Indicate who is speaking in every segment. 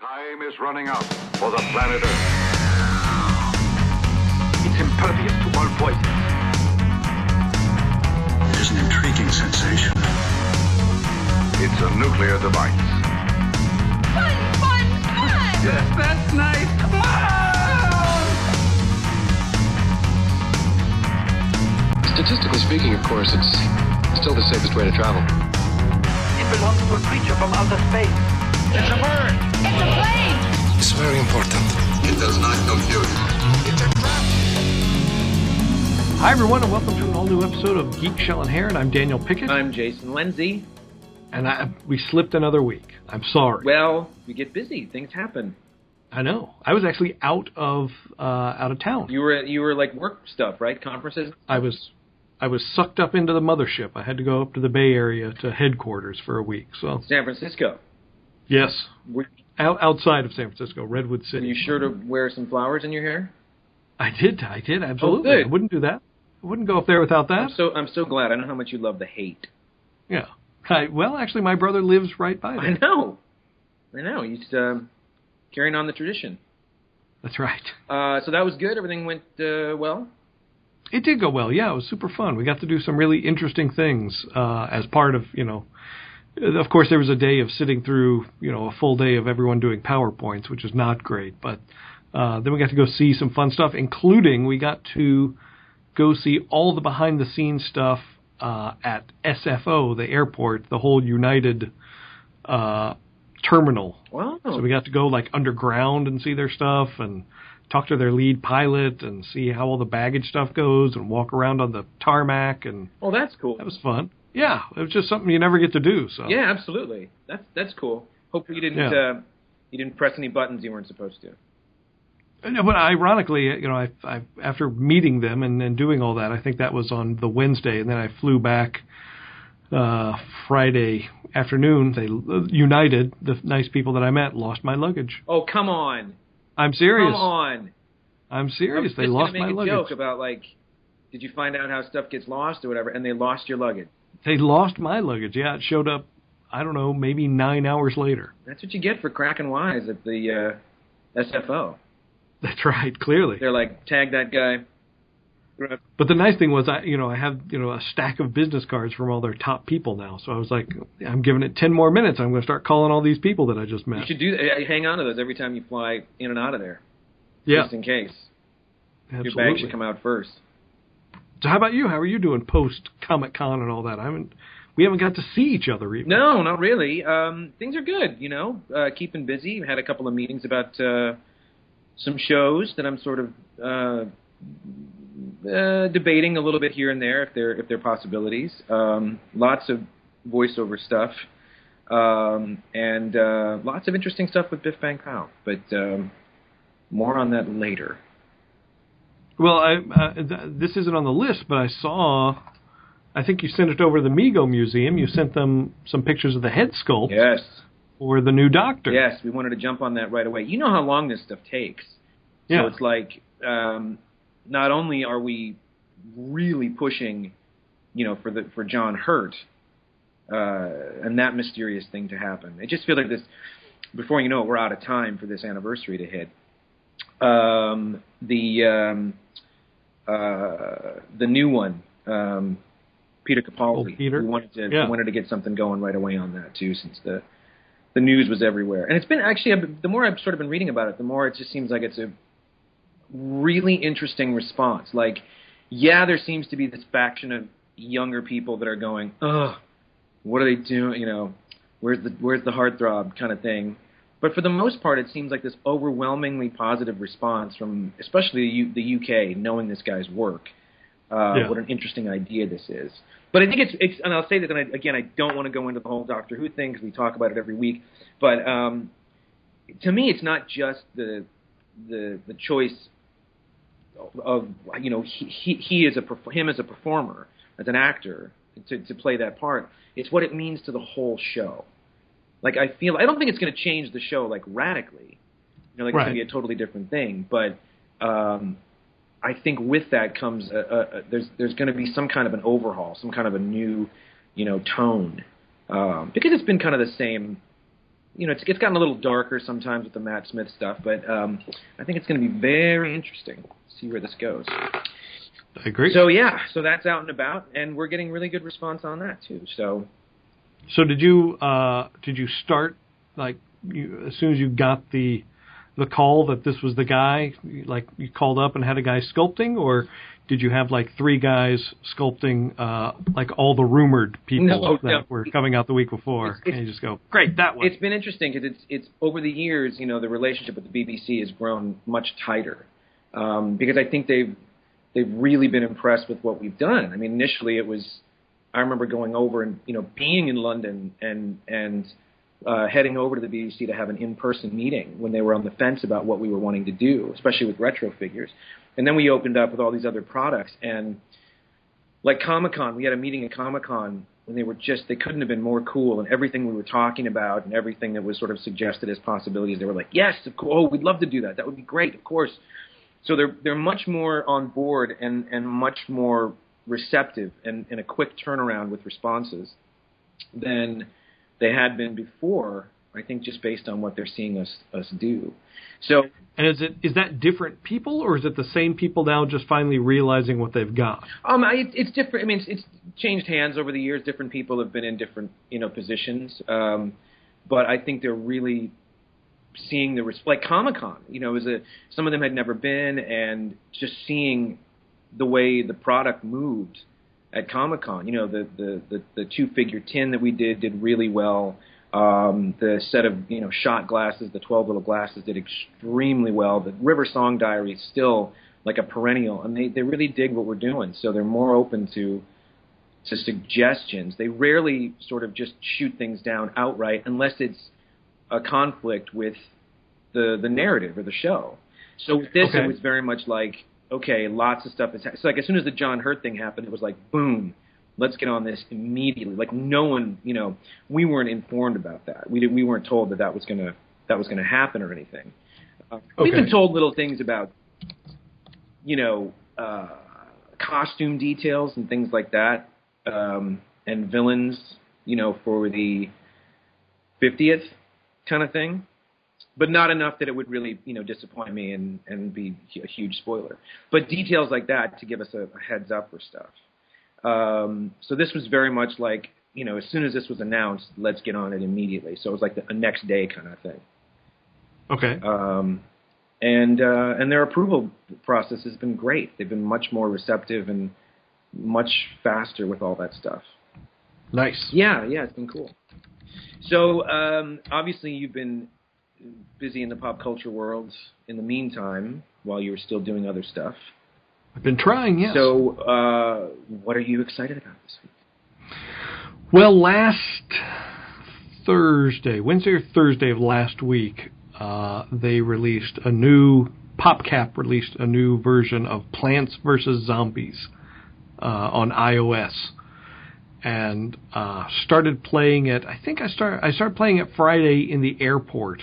Speaker 1: Time is running out for the planet Earth. It's impervious to all poison.
Speaker 2: is an intriguing sensation.
Speaker 1: It's a nuclear device.
Speaker 3: fun, fun, fun!
Speaker 1: that's nice. Come on!
Speaker 4: Statistically speaking, of course, it's still the safest way to travel.
Speaker 5: It belongs to a creature from outer space. It's a bird.
Speaker 3: It's a plane!
Speaker 4: It's very important.
Speaker 6: Hi, everyone, and welcome to an all new episode of Geek Shell and Hair. And I'm Daniel Pickett,
Speaker 7: I'm Jason Lindsay.
Speaker 6: and I, we slipped another week. I'm sorry.
Speaker 7: Well, you get busy, things happen.
Speaker 6: I know. I was actually out of uh, out of town.
Speaker 7: You were you were like work stuff, right? Conferences.
Speaker 6: I was I was sucked up into the mothership. I had to go up to the Bay Area to headquarters for a week. So
Speaker 7: San Francisco.
Speaker 6: yes,
Speaker 7: Were
Speaker 6: out, outside of San Francisco, Redwood
Speaker 7: were
Speaker 6: City.
Speaker 7: you sure to wear some flowers in your hair?
Speaker 6: I did. I did absolutely.
Speaker 7: Oh, good.
Speaker 6: I wouldn't do that. I wouldn't go up there without that.
Speaker 7: I'm so I'm so glad. I know how much you love the hate.
Speaker 6: yeah. I, well, actually, my brother lives right by
Speaker 7: I
Speaker 6: there.
Speaker 7: know. I know. He's um, carrying on the tradition.
Speaker 6: That's right.
Speaker 7: Uh, so that was good. Everything went uh, well.
Speaker 6: It did go well. Yeah, it was super fun. We got to do some really interesting things uh, as part of you know. Of course, there was a day of sitting through you know a full day of everyone doing powerpoints, which is not great. But uh, then we got to go see some fun stuff, including we got to go see all the behind the scenes stuff uh, at SFO, the airport, the whole United uh, terminal
Speaker 7: Wow.
Speaker 6: so we got to go like underground and see their stuff and talk to their lead pilot and see how all the baggage stuff goes and walk around on the tarmac and
Speaker 7: well, that's cool.
Speaker 6: that was fun. Yeah, it was just something you never get to do. So
Speaker 7: yeah, absolutely. That's that's cool. Hopefully you didn't
Speaker 6: Yeah.
Speaker 7: uh, you didn't press any buttons you weren't supposed to.
Speaker 6: And- but ironically, you know, I, I after meeting them and, and doing all that, I think that was on the Wednesday, and then I flew back uh, Friday afternoon. They uh, United, the nice people that I met, lost my luggage.
Speaker 7: Oh come on,
Speaker 6: I'm serious.
Speaker 7: come on.
Speaker 6: I'm
Speaker 7: I was
Speaker 6: serious. They
Speaker 7: just
Speaker 6: lost
Speaker 7: gonna
Speaker 6: my
Speaker 7: make a
Speaker 6: luggage.
Speaker 7: joke about like, did you find out how stuff gets lost or whatever? And they lost your luggage.
Speaker 6: They lost my luggage. Yeah, it showed up. I don't know, maybe nine hours later.
Speaker 7: That's what you get for cracking wise at the uh, SFO.
Speaker 6: That's right, clearly.
Speaker 7: They're like, tag that guy. Grab-
Speaker 6: But the nice thing was, I you know I have you know a stack of business cards from all their top people now. So I was like, I'm giving it ten more minutes. I'm going to start calling all these people that I just
Speaker 7: You
Speaker 6: met.
Speaker 7: should do. uh, Hang on to those every time you fly in and out of there,
Speaker 6: yeah,
Speaker 7: just in case. Your bag
Speaker 6: absolutely.
Speaker 7: should come out first.
Speaker 6: So how about you? How are you doing post Comic Con and all that? I haven't we haven't got to see each other e-, even.
Speaker 7: No, not really. Um, things are good, you know. Uh, keeping busy. Had a couple of meetings about uh, some shows that I'm sort of uh, uh, debating a little bit here and there if they're if they're possibilities. Um, lots of voiceover stuff, um, and uh, lots of interesting stuff with Biff Bang Pow. But um, more on that later.
Speaker 6: Well, I, uh, th- this isn't on the list, but I saw. I think you sent it over to the Migo Museum. You sent them some pictures of the head sculpt
Speaker 7: Yes,
Speaker 6: for the new Doctor.
Speaker 7: yes. We wanted to jump on that right away. You know how long this stuff takes.
Speaker 6: Yeah.
Speaker 7: So it's like um, not only are we really pushing, you know, for the for John Hurt uh, and that mysterious thing to happen. It just feels like this. Before you know it, we're out of time for this anniversary to hit. Um, the um, uh, the new one, um, Peter Capaldi.
Speaker 6: Oh, Peter?
Speaker 7: We wanted to
Speaker 6: Yeah.
Speaker 7: we wanted to get something going right away on that too, since the the news was everywhere. And it's been actually the more I've sort of been reading about it, the more it just seems like it's a really interesting response. Like, yeah, there seems to be this faction of younger people that are going, ugh, what are they doing? You know, where's the where's the heartthrob kind of thing. But for the most part, it seems like this overwhelmingly positive response from, especially the, U- the UK, knowing this guy's work. Uh,
Speaker 6: Yeah.
Speaker 7: What an interesting idea this is. But I think it's, it's and I'll say this, and I, again, I don't want to go into the whole Doctor Who thing because we talk about it every week. But um, to me, it's not just the the the choice of you know he he, he is a perf- him as a performer as an actor to to play that part. It's what it means to the whole show. Like I feel I don't think it's going to change the show like radically. You know, like it's
Speaker 6: Right.
Speaker 7: going to be a totally different thing. But um, I think with that comes a, a, a, there's there's going to be some kind of an overhaul, some kind of a new you know tone um, because it's been kind of the same you know, it's, it's gotten a little darker sometimes with the Matt Smith stuff, but um, I think it's going to be very interesting to see where this goes.
Speaker 6: I agree.
Speaker 7: So yeah, so that's out and about, and we're getting really good response on that too. So
Speaker 6: So did you uh, did you start like you, as soon as you got the the call that this was the guy? Like you called up and had a guy sculpting, or did you have like three guys sculpting uh, like all the rumored people
Speaker 7: No,
Speaker 6: that
Speaker 7: no.
Speaker 6: were coming out the week before?
Speaker 7: It's- it's-
Speaker 6: and you just go, great, that one.
Speaker 7: it's been interesting because it's it's over the years, you know, the relationship with the BBC has grown much tighter um, because I think they've they've really been impressed with what we've done. I mean, initially it was I remember going over and you know being in London and and uh, heading over to the BBC to have an in-person meeting when they were on the fence about what we were wanting to do, especially with retro figures. And then we opened up with all these other products and like Comic Con, we had a meeting at Comic Con and they were just they couldn't have been more cool and everything we were talking about and everything that was sort of suggested as possibilities, they were like, Yes, of course oh, we'd love to do that. That would be great, of course. So they're they're much more on board and, and much more receptive and, and a quick turnaround with responses than they had been before, I think just based on what they're seeing us us do. So
Speaker 6: and is it is that different people, or is it the same people now just finally realizing what they've got?
Speaker 7: Um, I, it's different. I mean, it's, it's changed hands over the years. Different people have been in different, you know, positions. Um, but I think they're really seeing the res- like Comic Con. You know, is a some of them had never been, and just seeing the way the product moved at Comic Con. You know, the the the, the two figure tin that we did did really well. Um, the set of you know shot glasses, the twelve little glasses, did extremely well. The River Song Diary is still like a perennial, and they they really dig what we're doing. So they're more open to to suggestions. They rarely sort of just shoot things down outright unless it's a conflict with the the narrative or the show. So with this,
Speaker 6: Okay.
Speaker 7: it was very much like okay, lots of stuff is. Ha- so like as soon as the John Hurt thing happened, it was like boom, let's get on this immediately. Like no one, you know, we weren't informed about that. We did, we weren't told that that was gonna that was gonna happen or anything. Uh, We've
Speaker 6: Okay.
Speaker 7: been told little things about you know, uh, costume details and things like that, um, and villains, you know, for the 50th kind of thing, but not enough that it would really, you know, disappoint me and, and be a huge spoiler. But details like that to give us a, a heads up for stuff. Um, so this was very much like, you know, as soon as this was announced, let's get on it immediately. So it was like the, a next day kind of thing
Speaker 6: Okay,
Speaker 7: um, and uh, and their approval process has been great. They've been much more receptive and much faster with all that stuff.
Speaker 6: nice.
Speaker 7: Yeah, yeah, it's been cool. So um, obviously you've been busy in the pop culture world in the meantime while you were still doing other stuff.
Speaker 6: I've been trying. Yes.
Speaker 7: So uh, what are you excited about this week?
Speaker 6: Well, last Thursday, Wednesday or Thursday of last week, uh, they released a new PopCap released a new version of Plants vs Zombies uh, on iOS, and uh, started playing it. I think I start I started playing it Friday in the airport.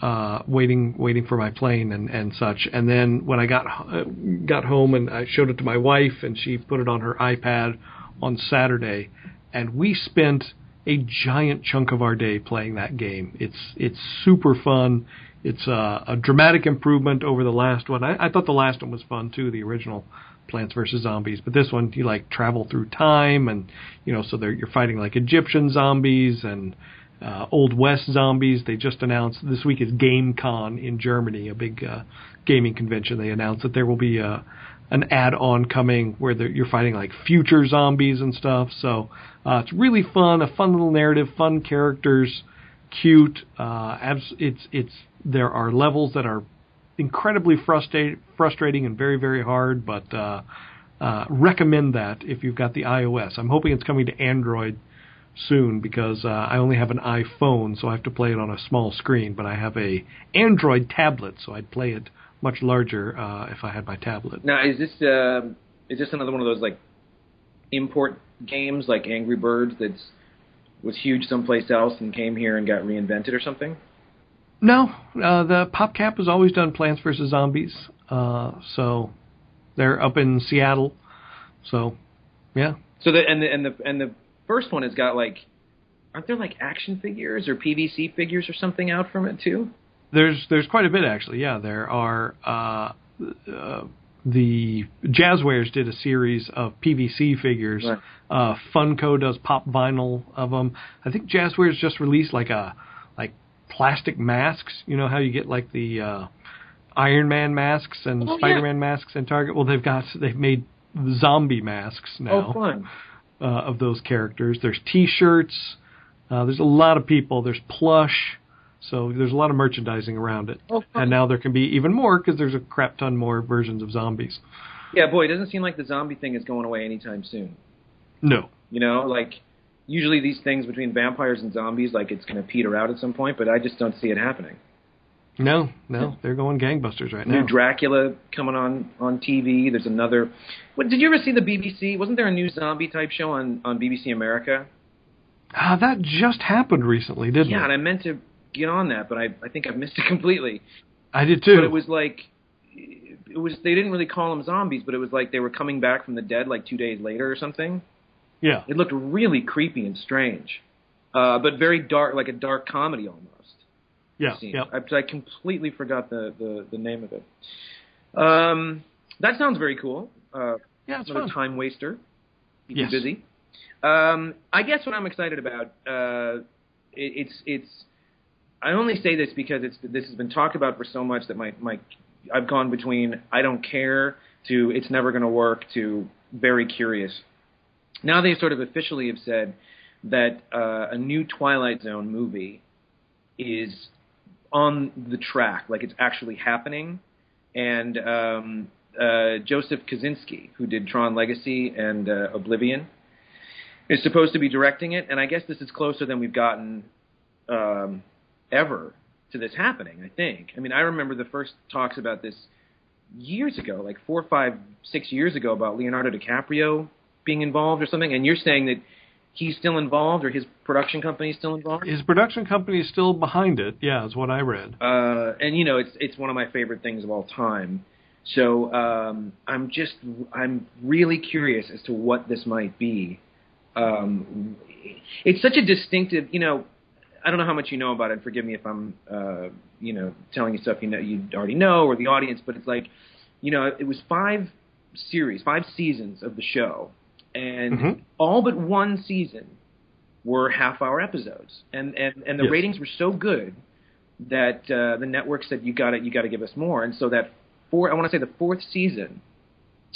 Speaker 6: Uh, waiting, waiting for my plane and, and such. And then when I got uh, got home and I showed it to my wife, and she put it on her iPad on Saturday, and we spent a giant chunk of our day playing that game. It's it's super fun. It's a, a dramatic improvement over the last one. I, I thought the last one was fun too, the original Plants vs Zombies, but this one you like travel through time, and you know so they're, you're fighting like Egyptian zombies and uh, Old West zombies. They just announced this week is GameCon in Germany, a big uh, gaming convention. They announced that there will be a an add-on coming where they're- you're fighting like future zombies and stuff. So uh, it's really fun, a fun little narrative, fun characters, cute. Uh, abs- it's it's there are levels that are incredibly frustrating, frustrating and very very hard, but uh, uh, recommend that if you've got the iOS. I'm hoping it's coming to Android soon because uh, I only have an iPhone, so I have to play it on a small screen. But I have a Android tablet, so I'd play it much larger uh, if I had my tablet.
Speaker 7: Now is this um is this another one of those like import games like Angry Birds that's was huge someplace else and came here and got reinvented or something?
Speaker 6: No, uh, the PopCap has always done Plants vs Zombies, uh, so they're up in Seattle. So, yeah,
Speaker 7: So the and the and the and the first one has got like aren't there like action figures or PVC figures or something out from it too?
Speaker 6: There's there's quite a bit actually. Yeah, there are. Uh, uh, the Jazzwares did a series of PVC figures.
Speaker 7: Right.
Speaker 6: Uh, Funko does pop vinyl of them. I think Jazzwares just released like a like plastic masks. You know how you get like the uh, Iron Man masks and
Speaker 7: Oh, yeah.
Speaker 6: Spider Man masks in Target. Well, they've got they've made zombie masks now
Speaker 7: Oh, fun.
Speaker 6: uh, of those characters. There's T-shirts. Uh, there's a lot of people. There's plush. So there's a lot of merchandising around it.
Speaker 7: Oh, fun.
Speaker 6: and now there can be even more because there's a crap ton more versions of zombies.
Speaker 7: Yeah, boy, it doesn't seem like the zombie thing is going away anytime soon.
Speaker 6: No.
Speaker 7: You know, like usually these things between vampires and zombies, like it's going to peter out at some point, but I just don't see it happening.
Speaker 6: No, no, they're going gangbusters right now.
Speaker 7: New Dracula coming on on TV. There's another. What did you ever see the BBC? Wasn't there a new zombie type show on on BBC America?
Speaker 6: Ah, that just happened recently, didn't
Speaker 7: Yeah, and
Speaker 6: it?
Speaker 7: I meant to get on that, but I I think I've missed it completely.
Speaker 6: I did too.
Speaker 7: But it was like it was they didn't really call them zombies, but it was like they were coming back from the dead like two days later or something.
Speaker 6: yeah,
Speaker 7: It looked really creepy and strange, uh, but very dark, like a dark comedy almost.
Speaker 6: yeah,
Speaker 7: Scene.
Speaker 6: yeah.
Speaker 7: I, I completely forgot the, the the name of it. Um, that sounds very cool. Uh,
Speaker 6: Yeah, it's
Speaker 7: another
Speaker 6: fun.
Speaker 7: time waster. Keep you
Speaker 6: Yes.
Speaker 7: busy. Um, I guess what I'm excited about, uh, it, it's it's. I only say this because it's this has been talked about for so much that my my I've gone between I don't care to it's never going to work to very curious. Now they sort of officially have said that uh, a new Twilight Zone movie is on the track, like it's actually happening. And um, uh, Joseph Kaczynski, who did Tron Legacy and uh, Oblivion, is supposed to be directing it. And I guess this is closer than we've gotten um, ever to this happening. I think. I mean, I remember the first talks about this years ago, like four, five, six years ago, about Leonardo DiCaprio being involved or something. And you're saying that he's still involved, or his production company is still involved.
Speaker 6: His production company is still behind it. Yeah, is what I read.
Speaker 7: uh, and you know it's it's one of my favorite things of all time. So um, I'm just I'm really curious as to what this might be. Um, it's such a distinctive, you know. I don't know how much you know about it. Forgive me if I'm, uh, you know, telling you stuff you know you already know or the audience, but it's like, you know, it was five series, five seasons of the show, and
Speaker 6: Mhm.
Speaker 7: all but one season were half-hour episodes, and and and the
Speaker 6: Yes.
Speaker 7: ratings were so good that uh, the network said you got to you got to give us more, and so that four I want to say the fourth season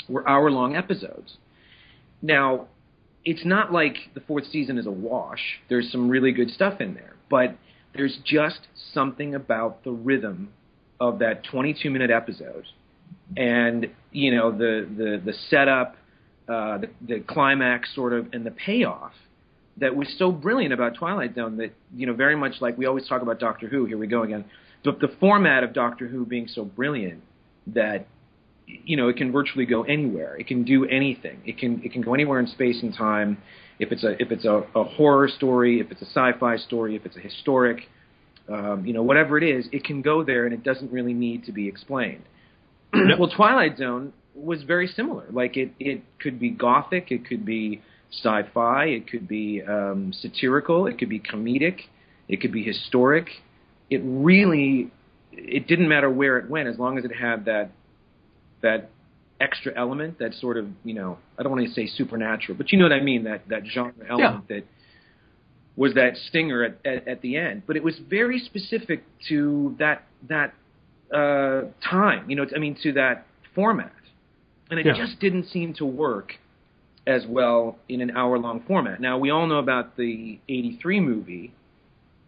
Speaker 7: were hour long episodes. Now, it's not like the fourth season is a wash. There's some really good stuff in there, but there's just something about the rhythm of that 22 minute episode, and you know the the the setup, uh, the, the climax sort of, and the payoff that was so brilliant about Twilight Zone that you know very much like we always talk about Doctor Who. Here we go again. But the format of Doctor Who being so brilliant that you know it can virtually go anywhere. It can do anything. It can it can go anywhere in space and time. If it's a if it's a, a horror story, if it's a sci-fi story, if it's a historic, um, you know whatever it is, it can go there and it doesn't really need to be explained. well, Twilight Zone was very similar. Like it, it could be gothic, it could be sci-fi, it could be um, satirical, it could be comedic, it could be historic. It really, it didn't matter where it went as long as it had that that extra element, that sort of you know, I don't want to say supernatural, but you know what I mean, that that genre element that was that stinger at, at, at the end. But it was very specific to that that uh, time, you know, I mean, to that format, and it
Speaker 6: Yeah.
Speaker 7: just didn't seem to work as well in an hour-long format. Now we all know about the '83 movie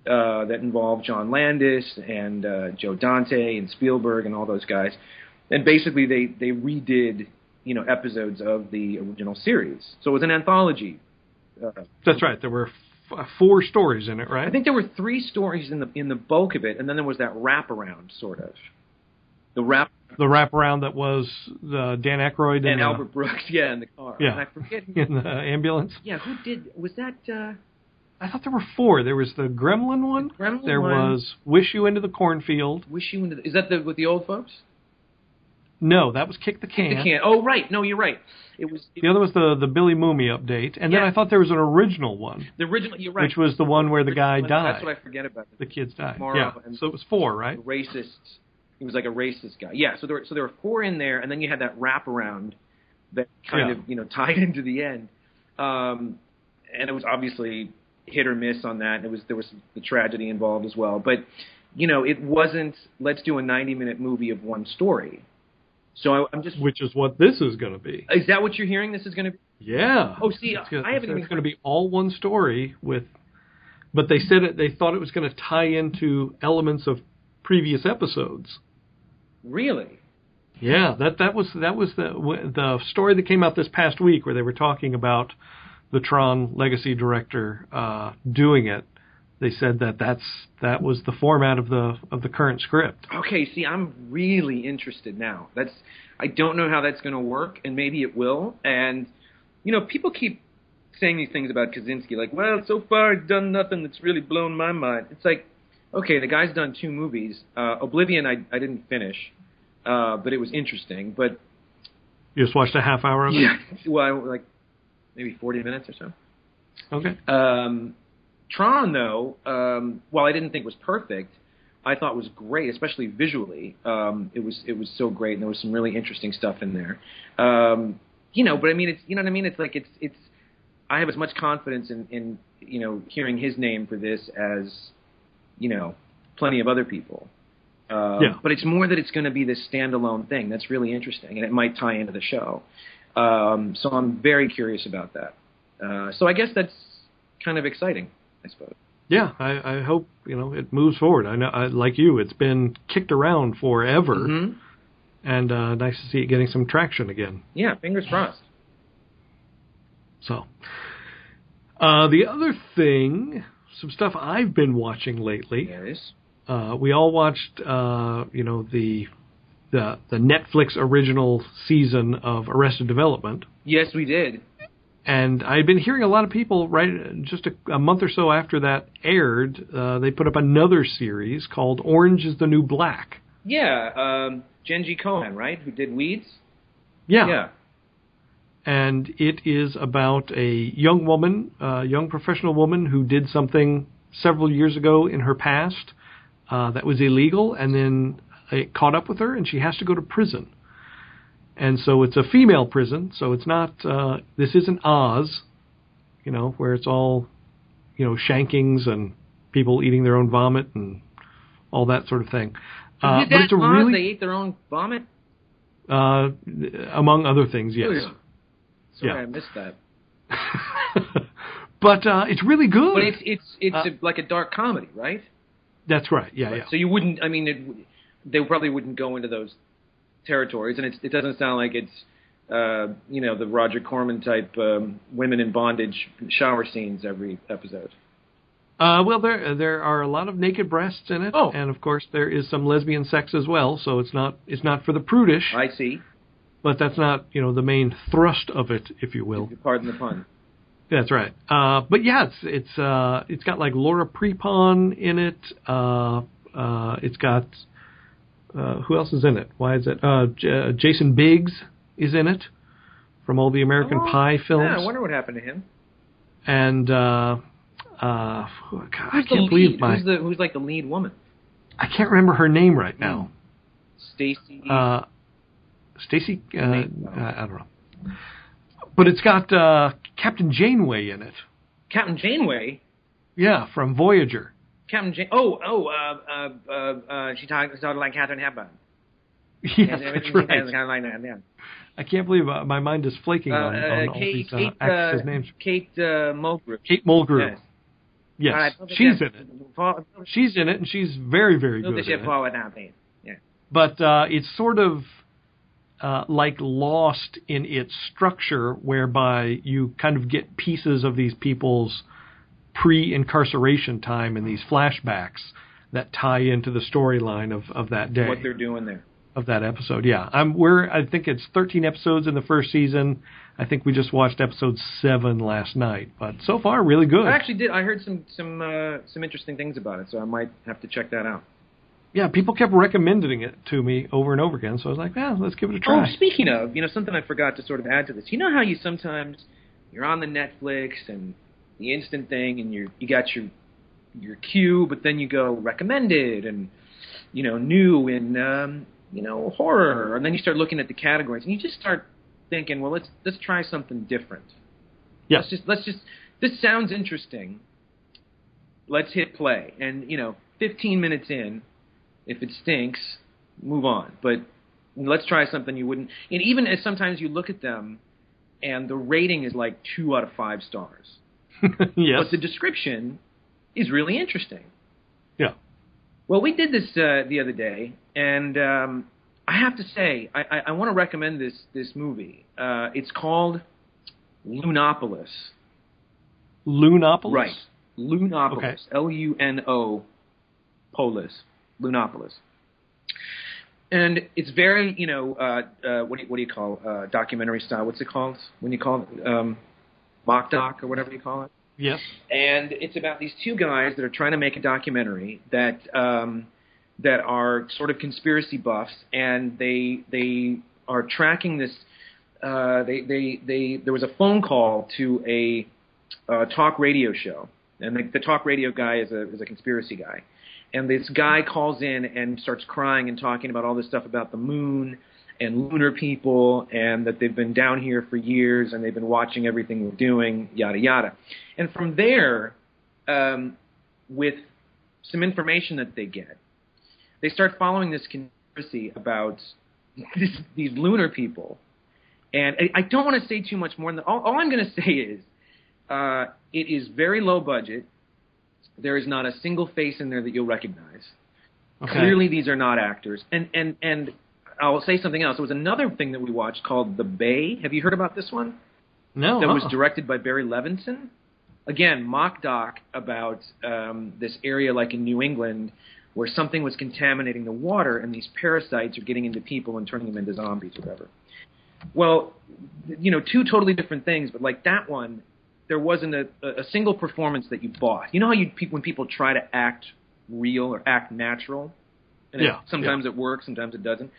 Speaker 7: uh, that involved John Landis and uh, Joe Dante and Spielberg and all those guys, and basically they they redid you know episodes of the original series, so it was an anthology. Uh,
Speaker 6: That's right. There were f- uh, four stories in it, right?
Speaker 7: I think there were three stories in the in the bulk of it, and then there was that wraparound sort of. The wrap
Speaker 6: the wraparound that was the Dan Aykroyd
Speaker 7: and
Speaker 6: and, uh,
Speaker 7: Albert Brooks, yeah, in the car.
Speaker 6: Yeah.
Speaker 7: And I forget. Who,
Speaker 6: in the ambulance.
Speaker 7: yeah, who did? Was that? Uh,
Speaker 6: I thought there were four. There was the Gremlin one.
Speaker 7: Gremlin
Speaker 6: there
Speaker 7: one.
Speaker 6: was Wish You Into the Cornfield.
Speaker 7: Wish you into. The, is that the with the old folks?
Speaker 6: No, that was Kick the Can.
Speaker 7: They can't. Oh, right. No, you're right. It was it-
Speaker 6: The other was the the Billy Moomy update, and then
Speaker 7: Yeah.
Speaker 6: I thought there was an original one,
Speaker 7: the original. You're right.
Speaker 6: which was the one where the guy
Speaker 7: That's-
Speaker 6: died.
Speaker 7: That's what I forget about.
Speaker 6: the kids died.
Speaker 7: Tomorrow
Speaker 6: yeah.
Speaker 7: and-
Speaker 6: So it was four, right?
Speaker 7: racist. He was like a racist guy. Yeah. So there were, so there were four in there, and then you had that wraparound that kind
Speaker 6: Yeah.
Speaker 7: of you know tied into the end. Um, and it was obviously hit or miss on that. It was there was the tragedy involved as well, but you know it wasn't. Let's do a 90 minute movie of one story. So I, I'm just.
Speaker 6: Which is what this is going to be.
Speaker 7: Is that what you're hearing? This is going to be.
Speaker 6: Yeah.
Speaker 7: Oh, see,
Speaker 6: It's gonna,
Speaker 7: I haven't even
Speaker 6: It's going to be all one story with, but they said it. They thought it was going to tie into elements of previous episodes.
Speaker 7: Really?
Speaker 6: Yeah, that that was that was the w- the story that came out this past week where they were talking about the Tron Legacy director uh, doing it. They said that that's that was the format of the of the current script.
Speaker 7: Okay, see, I'm really interested now. That's I don't know how that's going to work, and maybe it will. And you know, people keep saying these things about Kaczynski, like, well, so far he's done nothing that's really blown my mind. It's like, okay, the guy's done two movies. Uh, Oblivion, I I didn't finish, uh, but it was interesting. But
Speaker 6: You just watched a half hour of it.
Speaker 7: yeah, well, like maybe 40 minutes or so.
Speaker 6: Okay.
Speaker 7: Um, Tron, though, um, while I didn't think was perfect, I thought was great, especially visually. Um, it was it was so great, and there was some really interesting stuff in there. Um, you know, but I mean, it's you know what I mean. It's like it's it's. I have as much confidence in in you know hearing his name for this as you know plenty of other people. Um,
Speaker 6: Yeah.
Speaker 7: But it's more that it's going to be this standalone thing that's really interesting, and it might tie into the show. Um, so I'm very curious about that. Uh, so I guess that's kind of exciting, I suppose.
Speaker 6: Yeah, I, I hope you know it moves forward. I know, I, like you, it's been kicked around forever, and uh, nice to see it getting some traction again.
Speaker 7: Yeah, fingers crossed.
Speaker 6: So, uh, the other thing, some stuff I've been watching lately.
Speaker 7: There it is.
Speaker 6: Uh, we all watched, uh, you know, the the the Netflix original season of Arrested Development.
Speaker 7: Yes, we did.
Speaker 6: and I had been hearing a lot of people right just a, a month or so after that aired, uh, they put up another series called Orange is the New Black.
Speaker 7: Yeah, um, Genji Cohen, right? Who did Weeds?
Speaker 6: Yeah.
Speaker 7: Yeah.
Speaker 6: And it is about a young woman, a young professional woman who did something several years ago in her past uh, that was illegal, and then it caught up with her, and she has to go to prison. And so it's a female prison, so it's not, uh, this isn't Oz, you know, where it's all, you know, shankings and people eating their own vomit and all that sort of thing. Uh,
Speaker 7: Did
Speaker 6: but
Speaker 7: that
Speaker 6: it's a
Speaker 7: cause
Speaker 6: really,
Speaker 7: they ate their own vomit?
Speaker 6: uh, among other things, yes.
Speaker 7: Sorry,
Speaker 6: Yeah.
Speaker 7: I missed that.
Speaker 6: but uh, it's really good.
Speaker 7: But it's it's it's a, like a dark comedy, right?
Speaker 6: That's right. Uh, Yeah, yeah.
Speaker 7: So you wouldn't. I mean, it, w- they probably wouldn't go into those territories, and it's, it doesn't sound like it's uh, you know the Roger Corman type um, women in bondage shower scenes every episode.
Speaker 6: Uh, well, there there are a lot of naked breasts in it,
Speaker 7: Oh.
Speaker 6: and of course there is some lesbian sex as well. So it's not it's not for the prudish,
Speaker 7: I see.
Speaker 6: but that's not you know the main thrust of it, if you will.
Speaker 7: Pardon the pun.
Speaker 6: That's right. Uh, but yeah, it's it's uh, it's got like Laura Prepon in it. Uh, uh, it's got uh, who else is in it? Why is it? Uh, J- Jason Biggs is in it from all the American
Speaker 7: Oh,
Speaker 6: Pie films.
Speaker 7: Yeah, I wonder what happened to him.
Speaker 6: and uh, uh, oh, God, I
Speaker 7: Who's the
Speaker 6: can't
Speaker 7: lead?
Speaker 6: believe my
Speaker 7: Who's, the, who's like the lead woman?
Speaker 6: I can't remember her name right
Speaker 7: Hmm.
Speaker 6: now.
Speaker 7: Stacy.
Speaker 6: Uh, Stacy, uh, I
Speaker 7: Name.
Speaker 6: I don't know, but it's got uh, Captain Janeway in it.
Speaker 7: Captain Janeway.
Speaker 6: Yeah, from Voyager.
Speaker 7: Captain Jan. Oh, oh. Uh, uh, uh, uh, she talks talk like Catherine Hepburn.
Speaker 6: Yes, that's
Speaker 7: Everything she says is
Speaker 6: right.
Speaker 7: kinda like that, yeah.
Speaker 6: I can't believe uh, my mind is flaking
Speaker 7: Uh,
Speaker 6: on, on
Speaker 7: uh,
Speaker 6: all
Speaker 7: Kate,
Speaker 6: these uh,
Speaker 7: Kate,
Speaker 6: actors'
Speaker 7: uh,
Speaker 6: names.
Speaker 7: Kate uh, Mulgrew.
Speaker 6: Kate Mulgrew.
Speaker 7: Yes.
Speaker 6: Yes,
Speaker 7: All right, put
Speaker 6: she's
Speaker 7: this-
Speaker 6: in it.
Speaker 7: Paul-
Speaker 6: She's in it, and she's very, very
Speaker 7: put
Speaker 6: good.
Speaker 7: this
Speaker 6: in
Speaker 7: shit
Speaker 6: it.
Speaker 7: forward now, please. Yeah.
Speaker 6: but uh, it's sort of uh, like lost in its structure, whereby you kind of get pieces of these people's pre-incarceration time and these flashbacks that tie into the storyline of, of that day
Speaker 7: What they're doing there.
Speaker 6: of that episode. Yeah, I'm we're I think it's 13 episodes in the first season. I think we just watched episode seven last night, but so far really good.
Speaker 7: I actually did. I heard some some uh, some interesting things about it, so I might have to check that out.
Speaker 6: yeah, people kept recommending it to me over and over again. So I was like, yeah, let's give it a
Speaker 7: Oh,
Speaker 6: try.
Speaker 7: speaking of, you know, something I forgot to sort of add to this. You know how you sometimes you're on the Netflix and the instant thing, and you you got your your queue, but then you go recommended and you know new and um, you know horror, and then you start looking at the categories, and you just start thinking, well, let's let's try something different.
Speaker 6: Yeah.
Speaker 7: Let's just let's just this sounds interesting. Let's hit play, and you know, 15 minutes in, if it stinks, move on. But let's try something you wouldn't. And even as sometimes you look at them, and the rating is like two out of five stars,
Speaker 6: yes.
Speaker 7: but the description is really interesting.
Speaker 6: yeah.
Speaker 7: Well, we did this uh, the other day, and um, I have to say, I, I, I want to recommend this this movie. Uh, it's called Lunopolis.
Speaker 6: Lunopolis.
Speaker 7: Right, Lunopolis.
Speaker 6: Okay.
Speaker 7: L U N O, Polis. Lunopolis. And it's very, you know, uh, uh, what do you, what do you call uh, documentary style? What's it called? When you call it um, mock doc or whatever you call it
Speaker 6: Yes.
Speaker 7: and it's about these two guys that are trying to make a documentary that um, that are sort of conspiracy buffs, and they they are tracking this. Uh, they they they there was a phone call to a uh, talk radio show, and the, the talk radio guy is a is a conspiracy guy, and this guy calls in and starts crying and talking about all this stuff about the moon and lunar people and that they've been down here for years and they've been watching everything we're doing yada yada and from there um, with some information that they get they start following this conspiracy about this, these lunar people and I, I don't want to say too much more than all, all i'm going to say is uh, it is very low budget there is not a single face in there that you'll recognize
Speaker 6: Okay.
Speaker 7: clearly these are not actors and and and i'll say something else there was another thing that we watched called the bay have you heard about this one
Speaker 6: No.
Speaker 7: that was
Speaker 6: uh-uh.
Speaker 7: directed by barry levinson again mock doc about um, this area like in new england where something was contaminating the water and these parasites are getting into people and turning them into zombies or whatever well th- you know two totally different things but like that one there wasn't a, a a single performance that you bought you know how you pe- when people try to act real or act natural and
Speaker 6: Yeah,
Speaker 7: it, sometimes it works sometimes it doesn't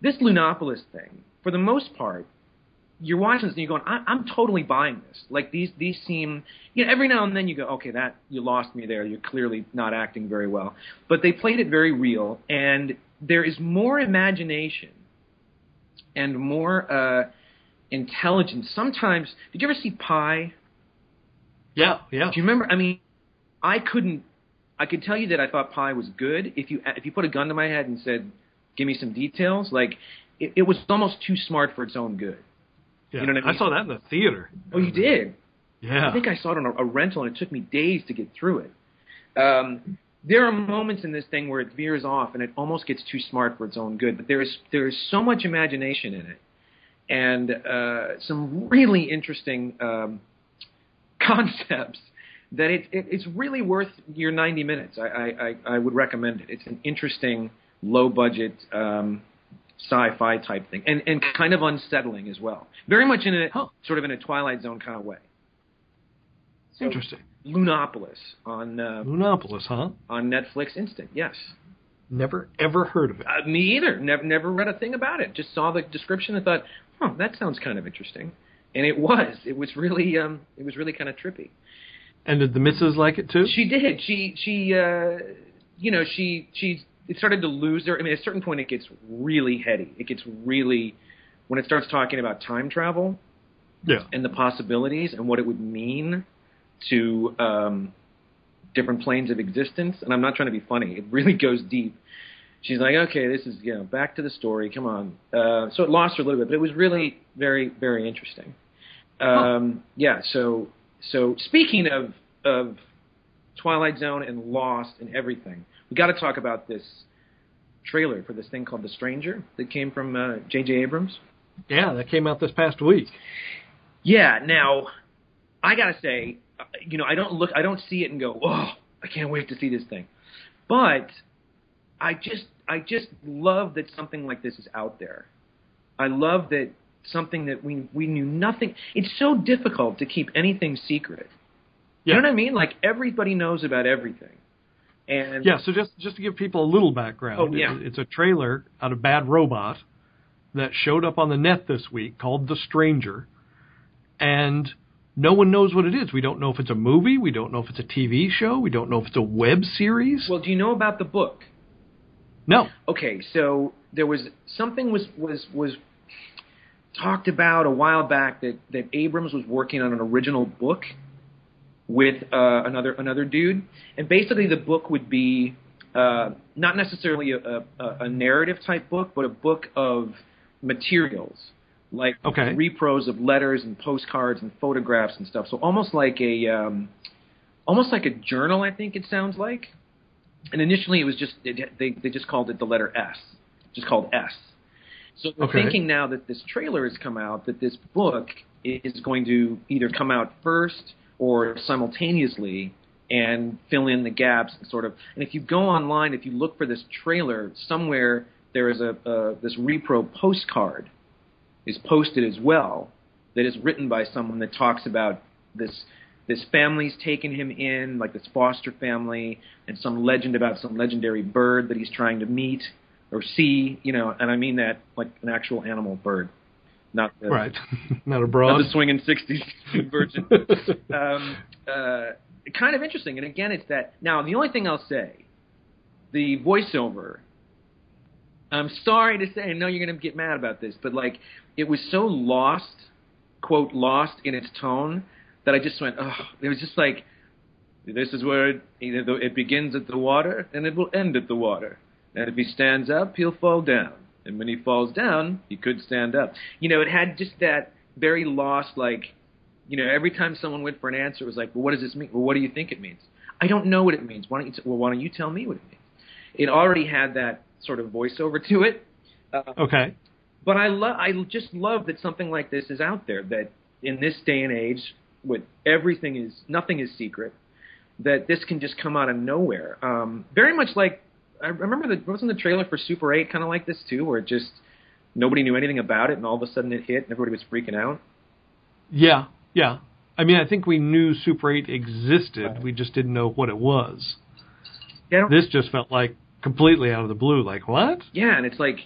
Speaker 7: this lunopolis thing for the most part you're watching this and you're going I, i'm totally buying this like these these seem you know every now and then you go okay that you lost me there you're clearly not acting very well but they played it very real and there is more imagination and more uh, intelligence. Sometimes, did you ever see Pi?
Speaker 6: Yeah. Yeah.
Speaker 7: Do you remember? I mean, I couldn't. I could tell you that I thought Pi was good if you if you put a gun to my head and said, "Give me some details." Like, it, it was almost too smart for its own good.
Speaker 6: Yeah.
Speaker 7: you know what I mean?
Speaker 6: saw that in the theater.
Speaker 7: Oh, you did.
Speaker 6: Yeah.
Speaker 7: I think I saw it on a, a rental, and it took me days to get through it. Um, there are moments in this thing where it veers off, and it almost gets too smart for its own good. But there is there is so much imagination in it, and uh, some really interesting um, concepts that it, it it's really worth your 90 minutes. I, I I I would recommend it. It's an interesting low budget. Um, sci-fi type thing and and kind of unsettling as well very much in a
Speaker 6: Huh.
Speaker 7: sort of in a twilight zone kind of way
Speaker 6: Interesting.
Speaker 7: Lunopolis on uh,
Speaker 6: Lunopolis, huh?
Speaker 7: on Netflix Instant. Yes,
Speaker 6: Never ever heard of it.
Speaker 7: uh, me either. Never never read a thing about it. Just saw the description and thought, "Huh, that sounds kind of interesting." And it was. It was really um, it was really kind of trippy.
Speaker 6: And did the missus like it too?
Speaker 7: She did. She she uh, you know she she it started to lose her. I mean, at a certain point, it gets really heady. It gets really when it starts talking about time travel.
Speaker 6: yeah.
Speaker 7: and the possibilities and what it would mean to um, different planes of existence. And I'm not trying to be funny; it really goes deep. She's like, "Okay, this is you know back to the story. Come on." Uh, so it lost her a little bit, but it was really very very interesting. Um, Yeah. So so speaking of of Twilight Zone and Lost and everything, we got to talk about this trailer for this thing called The Stranger that came from uh, J.J. Abrams.
Speaker 6: Yeah, that came out this past week.
Speaker 7: Yeah. Now, I gotta say, uh, you know, I don't look, I don't see it and go, oh, I can't wait to see this thing. But I just, I just love that something like this is out there. I love that something that we we knew nothing. It's so difficult to keep anything secret.
Speaker 6: Yeah.
Speaker 7: You know what I mean? Like everybody knows about everything. And
Speaker 6: Yeah, so just just to give people a little background,
Speaker 7: Oh, yeah.
Speaker 6: it's, it's a trailer out of Bad Robot that showed up on the net this week called The Stranger, and no one knows what it is. We don't know if it's a movie, we don't know if it's a TV show, we don't know if it's a web series.
Speaker 7: well, do you know about the book?
Speaker 6: no,
Speaker 7: okay, so there was something was was was talked about a while back that that Abrams was working on an original book with uh, another another dude, and basically the book would be uh, not necessarily a, a, a narrative type book, but a book of materials like
Speaker 6: Okay.
Speaker 7: repros of letters and postcards and photographs and stuff. So almost like a um, almost like a journal, I think it sounds like and initially it was just they they, they just called it the letter S, just called S. So they're
Speaker 6: Okay.
Speaker 7: thinking now that this trailer has come out, that this book is going to either come out first or simultaneously and fill in the gaps and sort of. And if you go online, if you look for this trailer somewhere, there is a uh, this repro postcard is posted as well that is written by someone that talks about this this family's taken him in, like this foster family, and some legend about some legendary bird that he's trying to meet or see, you know, and I mean that like an actual animal bird, not the,
Speaker 6: right, not
Speaker 7: not
Speaker 6: abroad.
Speaker 7: the swinging '60s virgin. um, uh, kind of interesting, and again, it's that. Now, the only thing I'll say, the voiceover. I'm sorry to say, I know you're going to get mad about this, but like, it was so lost, quote, lost in its tone that I just went, oh, it was just like, this is where it, you know, it begins at the water and it will end at the water. And if he stands up, he'll fall down. And when he falls down, he could stand up. You know, it had just that very lost, like, you know, every time someone went for an answer, it was like, well, what does this mean? Well, what do you think it means? I don't know what it means. Why don't you? T- well, why don't you tell me what it means? It already had that sort of voiceover to it,
Speaker 6: okay,
Speaker 7: but I love I just love that something like this is out there that in this day and age with everything is nothing is secret that this can just come out of nowhere um very much like I remember the wasn't the trailer for Super 8 kind of like this too where it just nobody knew anything about it and all of a sudden it hit and everybody was freaking out
Speaker 6: yeah, yeah. I mean, I think we knew Super 8 existed. We just didn't know what it was.
Speaker 7: yeah, I don't-
Speaker 6: This just felt like completely out of the blue. Like what?
Speaker 7: yeah and it's like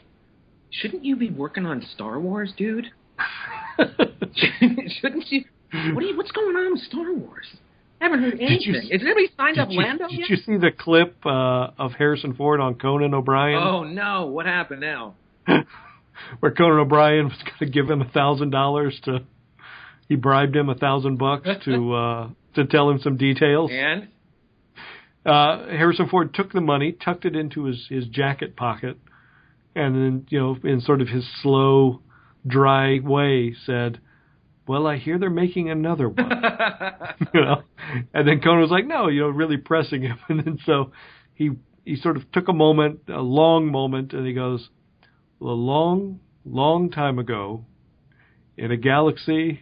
Speaker 7: shouldn't you be working on Star Wars dude shouldn't you what are you, what's going on with Star Wars I haven't heard
Speaker 6: Did you
Speaker 7: anything. Is
Speaker 6: s-
Speaker 7: anybody signed up
Speaker 6: Did you,
Speaker 7: Lando
Speaker 6: did
Speaker 7: yet?
Speaker 6: you see the clip uh, of Harrison Ford on Conan O'Brien,
Speaker 7: Oh no! What happened now?
Speaker 6: where Conan O'Brien was going to give him a thousand dollars to? He bribed him a thousand bucks to uh, to tell him some details.
Speaker 7: And
Speaker 6: Uh, Harrison Ford took the money, tucked it into his his jacket pocket, and then you know, in sort of his slow, dry way, said. Well, I hear they're making another one. you know. And then Conan was like, no, you know, really pressing him. And then so he he sort of took a moment, a long moment, and he goes, a long, long time ago, in a galaxy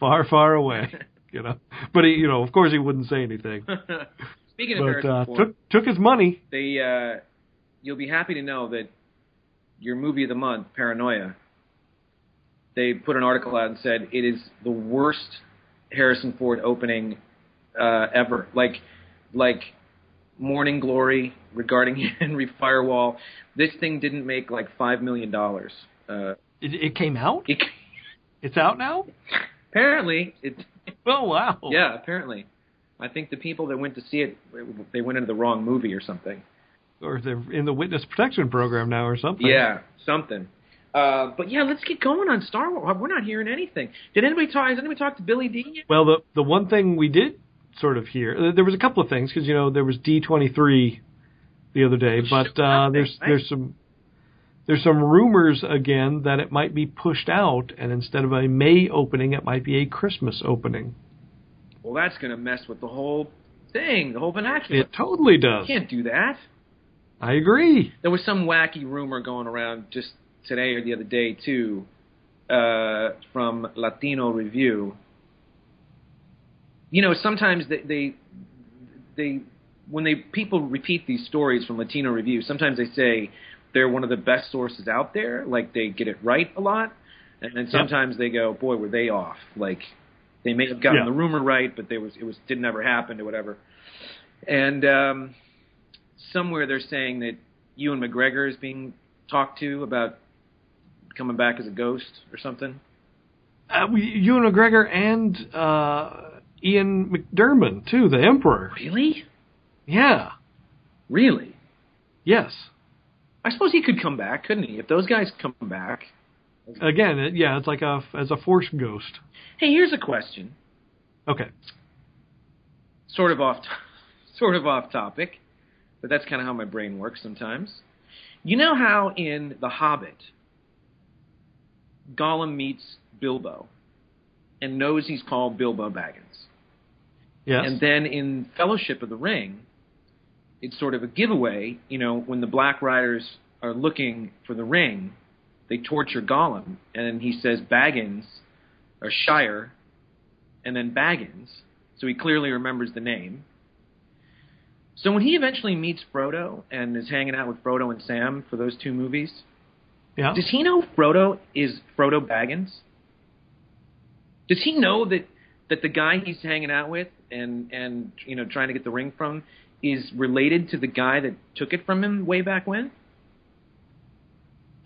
Speaker 6: far, far away, you know. But he, you know, of course, he wouldn't say anything.
Speaker 7: speaking of
Speaker 6: But
Speaker 7: Harrison
Speaker 6: uh,
Speaker 7: Ford,
Speaker 6: took took his money.
Speaker 7: they uh, you'll be happy to know that your movie of the month, Paranoia, they put an article out and said it is the worst Harrison Ford opening uh, ever. Like like Morning Glory regarding Henry Firewall. This thing didn't make like five million dollars. Uh,
Speaker 6: It, it came out.
Speaker 7: it-
Speaker 6: It's out now.
Speaker 7: apparently, it
Speaker 6: Oh wow.
Speaker 7: Yeah, apparently. I think the people that went to see it, they went into the wrong movie or something.
Speaker 6: Or they're in the witness protection program now, or something.
Speaker 7: Yeah, something. Uh, but yeah, let's get going on Star Wars. We're not hearing anything. Did anybody talk? Has anybody talked to Billy Dean yet?
Speaker 6: Well, the the one thing we did sort of hear uh, there was a couple of things because you know there was D twenty three the other day, but
Speaker 7: Sure,
Speaker 6: uh,
Speaker 7: nothing,
Speaker 6: there's
Speaker 7: right?
Speaker 6: there's some there's some rumors again that it might be pushed out, and instead of a May opening, it might be a Christmas opening.
Speaker 7: Well, that's gonna mess with the whole thing, the whole vernacular.
Speaker 6: It totally does.
Speaker 7: You can't do that.
Speaker 6: I agree.
Speaker 7: There was some wacky rumor going around just today or the other day too, uh, from Latino Review. You know, sometimes they, they they when they people repeat these stories from Latino Review, sometimes they say they're one of the best sources out there, like they get it right a lot, and then sometimes they go, boy, were they off? Like they may have gotten
Speaker 6: Yeah.
Speaker 7: the rumor right, but they was it was didn't ever happen or whatever. And um, somewhere they're saying that Ewan McGregor is being talked to about coming back as a ghost or something.
Speaker 6: Uh, we- Ewan McGregor and uh, Ian McDermott too, the Emperor.
Speaker 7: Really?
Speaker 6: Yeah.
Speaker 7: Really?
Speaker 6: Yes.
Speaker 7: I suppose he could come back, couldn't he? If those guys come back.
Speaker 6: Again, it, yeah, it's like a as a force ghost.
Speaker 7: Hey, here's a question.
Speaker 6: Okay.
Speaker 7: sort of off, sort of off topic, but that's kind of how my brain works sometimes. You know how in The Hobbit, Gollum meets Bilbo, and knows he's called Bilbo Baggins,
Speaker 6: Yes.
Speaker 7: and then in Fellowship of the Ring, it's sort of a giveaway. You know, when the Black Riders are looking for the ring, they torture Gollum, and he says Baggins or Shire, and then Baggins. So he clearly remembers the name. So when he eventually meets Frodo and is hanging out with Frodo and Sam for those two movies,
Speaker 6: yeah.
Speaker 7: does he know Frodo is Frodo Baggins? Does he know that that the guy he's hanging out with and and you know trying to get the ring from is related to the guy that took it from him way back when?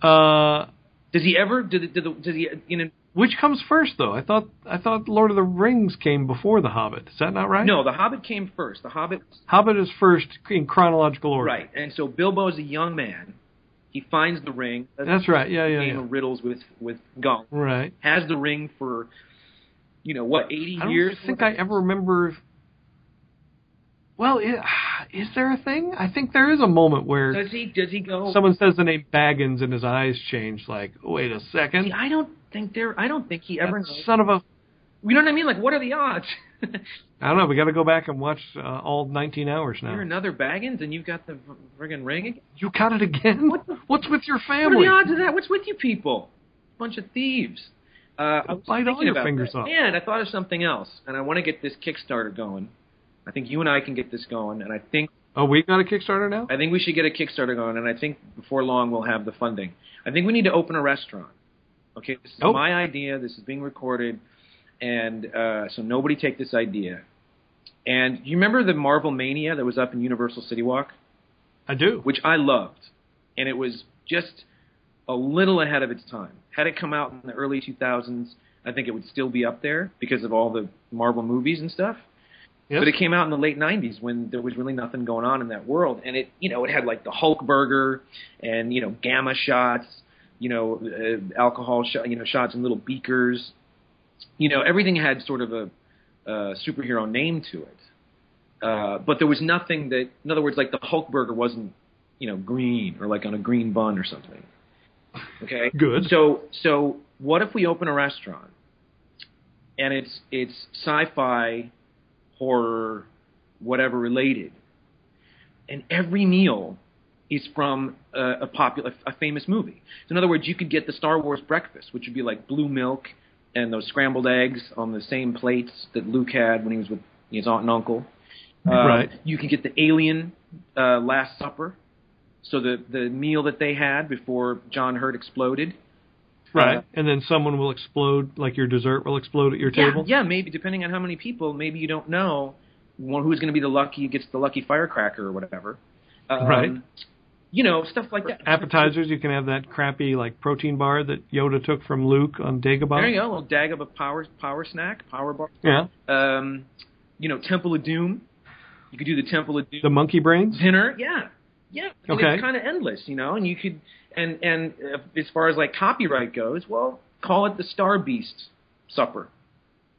Speaker 6: Uh,
Speaker 7: Does he ever? Did, did, did, does he? You know,
Speaker 6: which comes first, though? I thought I thought Lord of the Rings came before The Hobbit. Is that not right?
Speaker 7: no. The Hobbit came first. The Hobbit,
Speaker 6: Hobbit is first in chronological order.
Speaker 7: right? And so Bilbo is a young man. He finds the ring.
Speaker 6: That's right. Yeah. Yeah.
Speaker 7: Game
Speaker 6: yeah.
Speaker 7: of riddles with with Gollum.
Speaker 6: Right.
Speaker 7: Has the ring for, you know, what eighty
Speaker 6: I don't
Speaker 7: years?
Speaker 6: think I ever remember. Well, i- is there a thing? I think there is a moment where
Speaker 7: Does he? Does he go?
Speaker 6: someone says the name Baggins and his eyes change. Like, wait a second,
Speaker 7: See, I don't think there. I don't think he ever.
Speaker 6: That son of a.
Speaker 7: You know what I mean? Like, what are the odds?
Speaker 6: I don't know. We got to go back and watch uh, all 19 hours now.
Speaker 7: You're another Baggins, and you've got the friggin' ring. again?
Speaker 6: you got it again.
Speaker 7: What the-
Speaker 6: What's with your
Speaker 7: What
Speaker 6: family?
Speaker 7: are the odds of that? What's with you people? Bunch of thieves. Uh, I was
Speaker 6: Bite all
Speaker 7: thinking
Speaker 6: your
Speaker 7: about
Speaker 6: fingers
Speaker 7: that.
Speaker 6: off.
Speaker 7: And I thought of something else, and I want to get this Kickstarter going. I think you and I can get this going, and I think
Speaker 6: Oh, we got a Kickstarter now.
Speaker 7: I think we should get a Kickstarter going, and I think before long we'll have the funding. I think we need to open a restaurant. Okay, this is
Speaker 6: Oh.
Speaker 7: my idea. This is being recorded, and uh, so nobody take this idea. And you remember the Marvel Mania that was up in Universal City Walk,
Speaker 6: I do.
Speaker 7: which I loved, and it was just a little ahead of its time. Had it come out in the early 2000s, I think it would still be up there because of all the Marvel movies and stuff.
Speaker 6: Yes.
Speaker 7: But it came out in the late '90s when there was really nothing going on in that world, and it, you know, it had like the Hulk burger and you know gamma shots, you know, uh, alcohol, sh- you know, shots in little beakers, you know, everything had sort of a uh, superhero name to it. Uh, but there was nothing that, in other words, like the Hulk burger wasn't, you know, green or like on a green bun or something. Okay.
Speaker 6: Good.
Speaker 7: So, so what if we open a restaurant, and it's it's sci-fi, horror, whatever related, and every meal is from a, a popular, a famous movie. So in other words, you could get the Star Wars breakfast, which would be like blue milk and those scrambled eggs on the same plates that Luke had when he was with his aunt and uncle. Uh,
Speaker 6: Right.
Speaker 7: You could get the Alien uh, Last Supper. So the the meal that they had before John Hurt exploded.
Speaker 6: Right.
Speaker 7: Uh,
Speaker 6: and then someone will explode, like your dessert will explode at your table.
Speaker 7: Yeah, yeah, maybe depending on how many people, maybe you don't know one- who's going to be the lucky gets the lucky firecracker or whatever. Um,
Speaker 6: Right.
Speaker 7: You know, stuff like that.
Speaker 6: Appetizers, you can have that crappy like protein bar that Yoda took from Luke on Dagobah.
Speaker 7: There you go, a little dag of a power power snack, power bar.
Speaker 6: Yeah.
Speaker 7: Um, you know, Temple of Doom. You could do the Temple of Doom.
Speaker 6: The monkey brains.
Speaker 7: dinner. Yeah, yeah. I mean,
Speaker 6: Okay.
Speaker 7: It's kind of endless, you know. And you could and and uh, as far as like copyright goes, well, call it the Star Beast Supper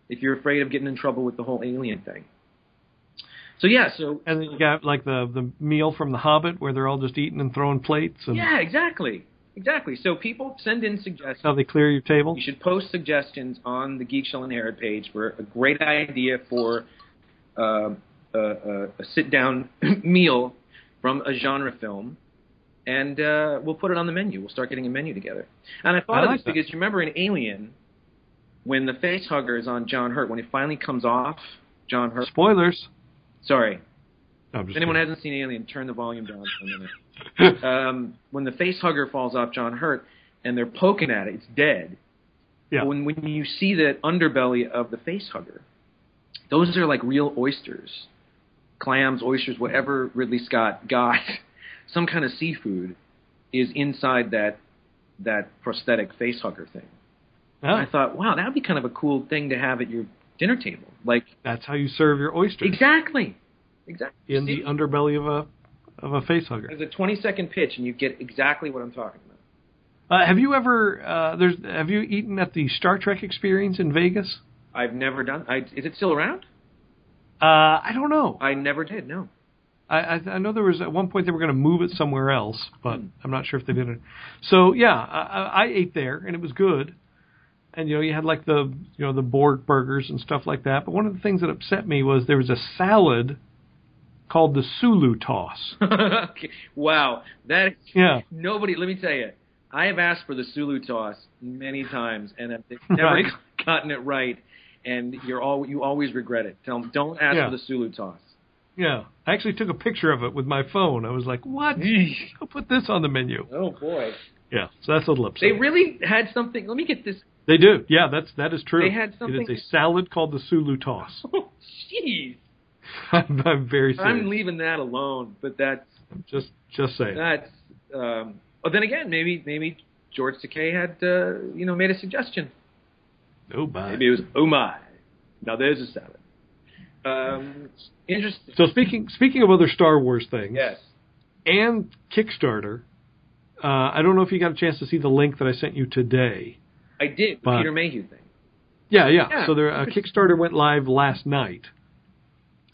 Speaker 7: if you're afraid of getting in trouble with the whole alien thing. So yeah, so
Speaker 6: And then you got like the the meal from the Hobbit where they're all just eating and throwing plates and
Speaker 7: yeah, exactly, exactly. So people send in suggestions.
Speaker 6: how they clear your table.
Speaker 7: You should post suggestions on the Geek Shall Inherit page for a great idea for uh, a, a, a sit-down meal from a genre film, and uh, we'll put it on the menu. We'll start getting a menu together. And I thought
Speaker 6: I
Speaker 7: of
Speaker 6: like
Speaker 7: this
Speaker 6: that.
Speaker 7: because you remember in Alien when the face hugger is on John Hurt when he finally comes off John Hurt.
Speaker 6: Spoilers.
Speaker 7: Sorry,
Speaker 6: No, I'm just
Speaker 7: if anyone
Speaker 6: kidding.
Speaker 7: hasn't seen Alien, turn the volume down for a minute um, when the face hugger falls off John Hurt and they're poking at it, it's dead.
Speaker 6: Yeah.
Speaker 7: But When when you see the underbelly of the face hugger, those are like real oysters clams, oysters, whatever Ridley Scott got, some kind of seafood is inside that that prosthetic face hugger thing.
Speaker 6: Yeah,
Speaker 7: I thought, wow, that'd be kind of a cool thing to have at your dinner table. Like
Speaker 6: that's how you serve your oysters
Speaker 7: exactly, exactly.
Speaker 6: in the underbelly of a of a face hugger.
Speaker 7: There's a 20 second pitch, and you get exactly what I'm talking about.
Speaker 6: Uh, have you ever uh, there's have you eaten at the Star Trek Experience in Vegas?
Speaker 7: I've never done. I, is it still around?
Speaker 6: Uh, I don't know.
Speaker 7: I never did. No.
Speaker 6: I, I I know there was at one point they were going to move it somewhere else, but I'm not sure if they did it. So yeah, I, I- I ate there and it was good. And you know you had like the you know the Borg burgers and stuff like that. But one of the things that upset me was there was a salad called the Sulu toss.
Speaker 7: okay. Wow. That
Speaker 6: Yeah,
Speaker 7: nobody. Let me tell you, I have asked for the Sulu toss many times, and I've never
Speaker 6: Right.
Speaker 7: gotten it right. And you're all you always regret it. Tell them don't ask
Speaker 6: Yeah.
Speaker 7: for the Sulu toss.
Speaker 6: yeah. I actually took a picture of it with my phone. I was like, what? I'll put this on the menu.
Speaker 7: Oh boy.
Speaker 6: Yeah. So that's a little upset.
Speaker 7: They really had something. Let me get this.
Speaker 6: They do. Yeah, that's that is true.
Speaker 7: They had something-
Speaker 6: It is a salad called the Sulu toss.
Speaker 7: Oh, jeez.
Speaker 6: I'm, I'm very serious.
Speaker 7: I'm leaving Uh, that alone. But that's
Speaker 6: just just saying.
Speaker 7: that's. Um, oh, then again, maybe maybe George Takei had uh, you know made a suggestion.
Speaker 6: oh my.
Speaker 7: Maybe it was oh my. Now there's a salad. Um, interesting.
Speaker 6: So speaking speaking of other Star Wars things
Speaker 7: Yes.
Speaker 6: and Kickstarter, uh, I don't know if you got a chance to see the link that I sent you today.
Speaker 7: I did. the
Speaker 6: But-
Speaker 7: Peter Mayhew thing.
Speaker 6: Yeah, yeah.
Speaker 7: Yeah.
Speaker 6: So their uh, Kickstarter went live last night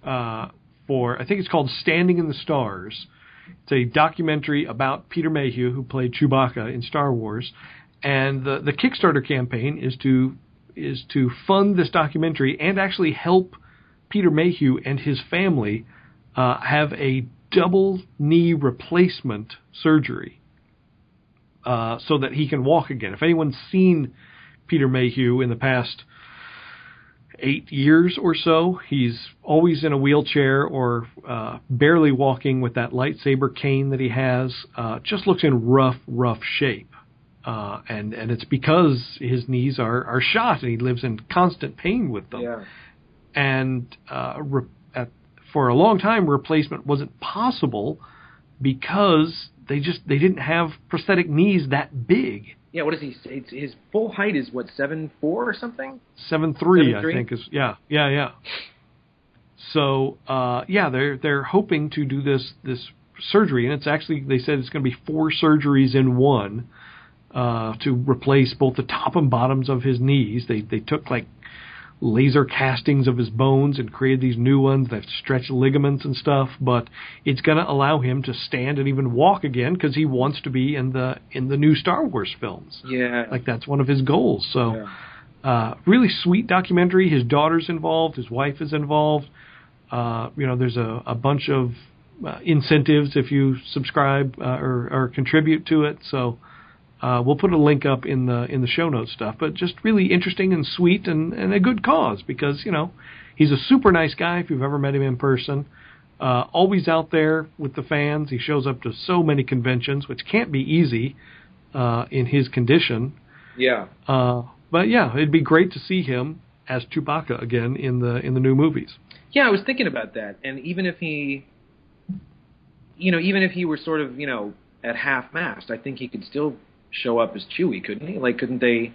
Speaker 6: uh, for I think it's called Standing in the Stars. It's a documentary about Peter Mayhew who played Chewbacca in Star Wars, and the the Kickstarter campaign is to is to fund this documentary and actually help Peter Mayhew and his family uh, have a double knee replacement surgery uh, so that he can walk again. If anyone's seen Peter Mayhew in the past eight years or so. He's always in a wheelchair or uh, barely walking with that lightsaber cane that he has. Uh, just looks in rough, rough shape. Uh, and and it's because his knees are are shot and he lives in constant pain with them
Speaker 7: Yeah.
Speaker 6: and uh, re- at, for a long time replacement wasn't possible because they just they didn't have prosthetic knees that big
Speaker 7: Yeah. What is he? It's, his full height is what seven four or something.
Speaker 6: seven three, I
Speaker 7: 7'3"?
Speaker 6: think is yeah, yeah, yeah. So uh, yeah, they're they're hoping to do this this surgery, and it's actually they said it's going to be four surgeries in one uh, to replace both the top and bottoms of his knees. They they took like laser castings of his bones and created these new ones that stretch ligaments and stuff but it's going to allow him to stand and even walk again cuz he wants to be in the in the new Star Wars films
Speaker 7: Yeah.
Speaker 6: like that's one of his goals. So, uh, really sweet documentary. His daughter's involved. His wife is involved. Uh, you know, there's a, a bunch of uh, incentives if you subscribe uh, or, or contribute to it. So, uh, we'll put a link up in the in the show notes stuff. But just really interesting and sweet and, and a good cause because you know he's a super nice guy. If you've ever met him in person. Uh, always out there with the fans. He shows up to so many conventions, which can't be easy uh, in his condition.
Speaker 7: yeah.
Speaker 6: Uh, but yeah, it'd be great to see him as Chewbacca again in the in the new movies.
Speaker 7: Yeah. I was thinking about that, and even if he, you know, even if he were sort of you know at half mast, I think he could still show up as Chewie, couldn't he? Like, couldn't they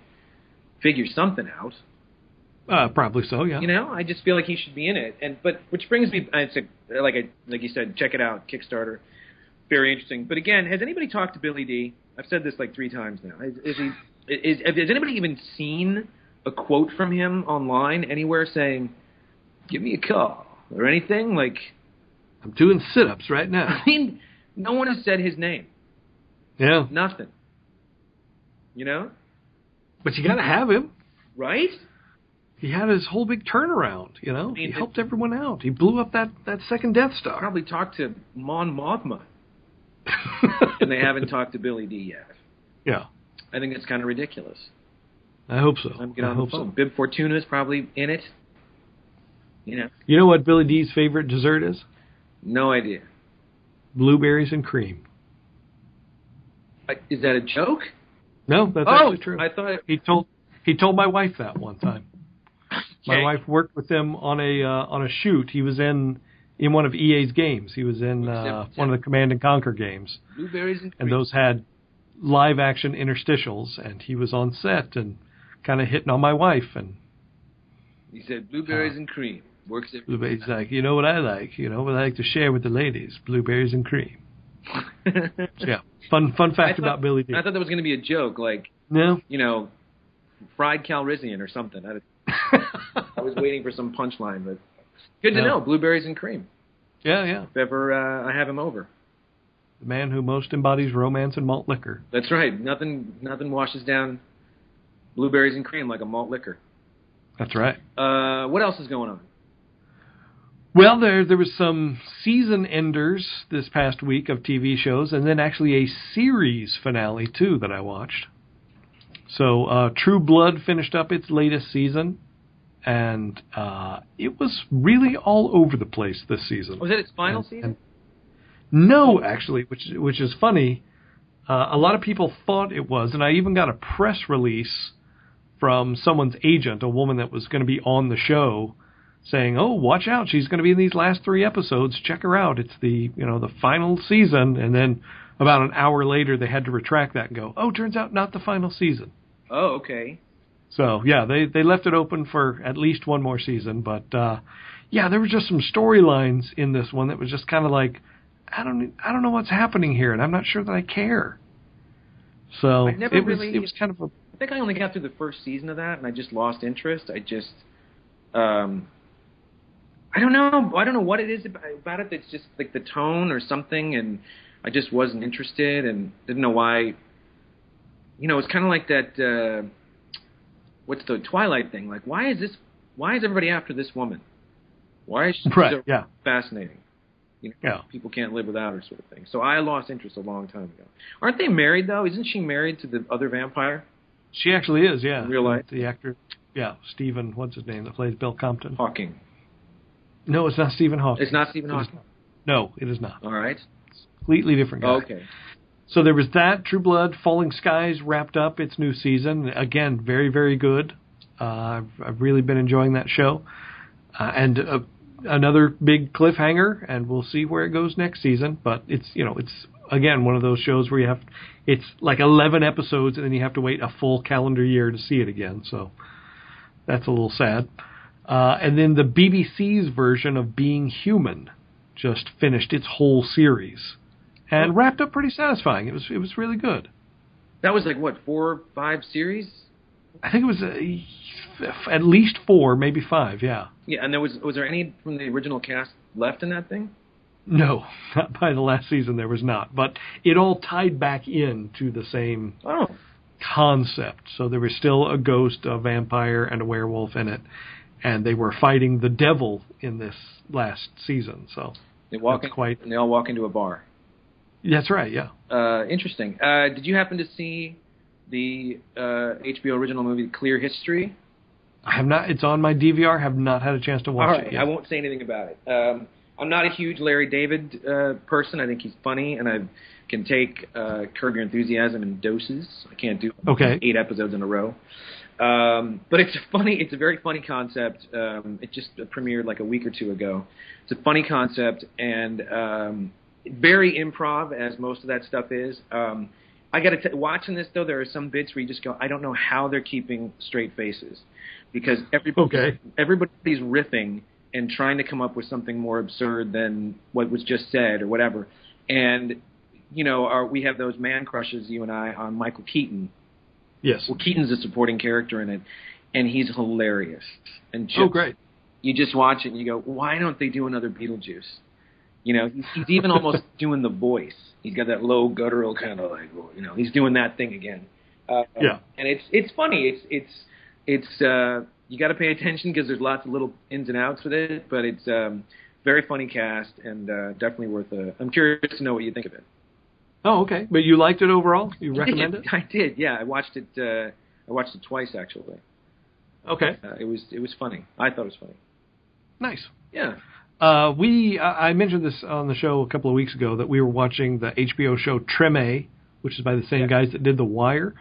Speaker 7: figure something out?
Speaker 6: Uh, probably so. Yeah.
Speaker 7: You know, I just feel like he should be in it. And but which brings me, I said, like I like you said, check it out, Kickstarter, very interesting. But again, has anybody talked to Billy D? I've said this like three times now. Is, is he? Is, has anybody even seen a quote from him online anywhere saying, "Give me a call" or anything? Like,
Speaker 6: I'm doing sit-ups right
Speaker 7: I
Speaker 6: now.
Speaker 7: mean, no one has said his name.
Speaker 6: yeah.
Speaker 7: Nothing. You know,
Speaker 6: But you gotta have him.
Speaker 7: right?
Speaker 6: He had his whole big turnaround. You know,
Speaker 7: mean,
Speaker 6: he
Speaker 7: it-
Speaker 6: helped everyone out. He blew up that that second Death Star.
Speaker 7: Probably talked to Mon Mothma, and they haven't talked to Billy D yet.
Speaker 6: yeah.
Speaker 7: I think that's kind of ridiculous.
Speaker 6: I hope so.
Speaker 7: I'm gonna
Speaker 6: I
Speaker 7: hope so.
Speaker 6: hope so.
Speaker 7: Bib Fortuna is probably in it. You know,
Speaker 6: You know what Billy D's favorite dessert is?
Speaker 7: no idea.
Speaker 6: Blueberries and cream.
Speaker 7: Like, Uh, Is that a joke?
Speaker 6: No, that's
Speaker 7: oh,
Speaker 6: actually true.
Speaker 7: I thought. It,
Speaker 6: He told he told my wife that one time. My
Speaker 7: Okay.
Speaker 6: wife worked with him on a uh, on a shoot. He was in in one of EA's games. He was in uh,
Speaker 7: Except-
Speaker 6: one of the Command and Conquer games,
Speaker 7: Blueberries and,
Speaker 6: and those had live action interstitials. And he was on set and kind of hitting on my wife. And
Speaker 7: he said blueberries
Speaker 6: Ah.
Speaker 7: and cream works. Every-
Speaker 6: he's like, you know what I like? You know what I like to share with the ladies? Blueberries and cream. So, yeah, fun fun
Speaker 7: I
Speaker 6: fact
Speaker 7: thought-
Speaker 6: about Billy D.
Speaker 7: I thought that was going to be a joke, like
Speaker 6: No,
Speaker 7: you know, fried Calrissian or something. I, I was waiting for some punchline, but good to
Speaker 6: No.
Speaker 7: know. Blueberries and cream.
Speaker 6: yeah, yeah.
Speaker 7: If ever uh, I have him over,
Speaker 6: The man who most embodies romance and malt liquor.
Speaker 7: that's right. Nothing, nothing washes down blueberries and cream like a malt liquor.
Speaker 6: That's right.
Speaker 7: Uh, what else is going on?
Speaker 6: Well, there there was some season enders this past week of TV shows, and then actually a series finale too that I watched. So, uh, True Blood finished up its latest season, and uh, it was really all over the place this season.
Speaker 7: Was Oh, that its final
Speaker 6: And-
Speaker 7: season?
Speaker 6: No, actually, which which is funny. Uh, a lot of people thought it was, and I even got a press release from someone's agent, a woman that was going to be on the show, saying, "Oh, watch out! She's going to be in these last three episodes. Check her out. It's the you know the final season." And then about an hour later, they had to retract that and go, "Oh, turns out not the final season."
Speaker 7: Oh, okay.
Speaker 6: So yeah, they they left it open for at least one more season, but uh, yeah, there were just some storylines in this one that was just kind of like, I don't e, I don't know what's happening here, and I'm not sure that I care. So
Speaker 7: I've never
Speaker 6: it was
Speaker 7: really-
Speaker 6: it was kind of a
Speaker 7: I think I only got through the first season of that, and I just lost interest. I just, um, I don't know. I don't know what it is ab- about it that's just like the tone or something, and I just wasn't interested and didn't know why. You know, it's kind of like that. Uh, what's the Twilight thing? Like, why is this? Why is everybody after this woman? Why is she
Speaker 6: Right,
Speaker 7: so
Speaker 6: yeah.
Speaker 7: fascinating? You know,
Speaker 6: Yeah.
Speaker 7: people can't live without her, sort of thing. So I lost interest a long time ago. Aren't they married though? Isn't she married to the other vampire?
Speaker 6: she actually is yeah
Speaker 7: Real life.
Speaker 6: the actor yeah Stephen what's his name that plays Bill Compton
Speaker 7: Hawking.
Speaker 6: no it's not Stephen Hawking
Speaker 7: It's not Stephen Hawking.
Speaker 6: no it is not
Speaker 7: All right.
Speaker 6: completely different guy
Speaker 7: Okay.
Speaker 6: So there was that. True Blood, Falling Skies wrapped up its new season. Again, very, very good. Uh, I've, I've really been enjoying that show. Uh, and uh, another big cliffhanger, and we'll see where it goes next season. But it's, you know, it's, again, one of those shows where you have, it's like 11 episodes, and then you have to wait a full calendar year to see it again. So that's a little sad. Uh, and then the BBC's version of Being Human just finished its whole series and wrapped up pretty satisfying. It was it was really good.
Speaker 7: That was like what four, or five series.
Speaker 6: I think it was uh, f- at least four, maybe five. Yeah.
Speaker 7: Yeah, and there was was there any from the original cast left in that thing?
Speaker 6: No, not by the last season there was not, but it all tied back in to the same
Speaker 7: Oh,
Speaker 6: concept. So there was still a ghost, a vampire, and a werewolf in it, and they were fighting the devil in this last season. So
Speaker 7: they walk
Speaker 6: That's
Speaker 7: in,
Speaker 6: quite-
Speaker 7: and they all walk into a bar.
Speaker 6: that's right. Yeah.
Speaker 7: Uh, interesting. Uh, did you happen to see the uh, HBO original movie Clear History?
Speaker 6: I have not. It's on my DVR. Have not had a chance to watch
Speaker 7: All
Speaker 6: it
Speaker 7: right,
Speaker 6: yet.
Speaker 7: I won't say anything about it. Um, I'm not a huge Larry David uh, person. I think he's funny, and I can take uh, Curb Your Enthusiasm in doses. I can't do
Speaker 6: Okay.
Speaker 7: eight episodes in a row. Um, but it's a funny. It's a very funny concept. Um, it just premiered like a week or two ago. It's a funny concept and um, very improv, as most of that stuff is. Um, I got to t- watching this though. There are some bits where you just go, I don't know how they're keeping straight faces because everybody
Speaker 6: Okay.
Speaker 7: everybody's riffing and trying to come up with something more absurd than what was just said or whatever. And you know, our, we have those man crushes, you and I, on Michael Keaton.
Speaker 6: yes.
Speaker 7: Well, Keaton's a supporting character in it, and he's hilarious. And just,
Speaker 6: Oh, great.
Speaker 7: You just watch it and you go, why don't they do another Beetlejuice? You know, he's, he's even almost doing the voice. He's got that low guttural kind of like, you know, he's doing that thing again. Uh,
Speaker 6: Yeah.
Speaker 7: And it's it's funny. It's it's it's uh, you got to pay attention because there's lots of little ins and outs with it, but it's um, very funny cast and uh, definitely worth a. I'm curious to know what you think of it.
Speaker 6: Oh, okay. But you liked it overall? You recommend it?
Speaker 7: I did. Yeah, I watched it. Uh, I watched it twice actually.
Speaker 6: Okay.
Speaker 7: Uh, it was it was funny. I thought it was funny.
Speaker 6: Nice.
Speaker 7: Yeah.
Speaker 6: Uh, we I I mentioned this on the show a couple of weeks ago that we were watching the HBO show Treme, which is by the same guys that did The Wire,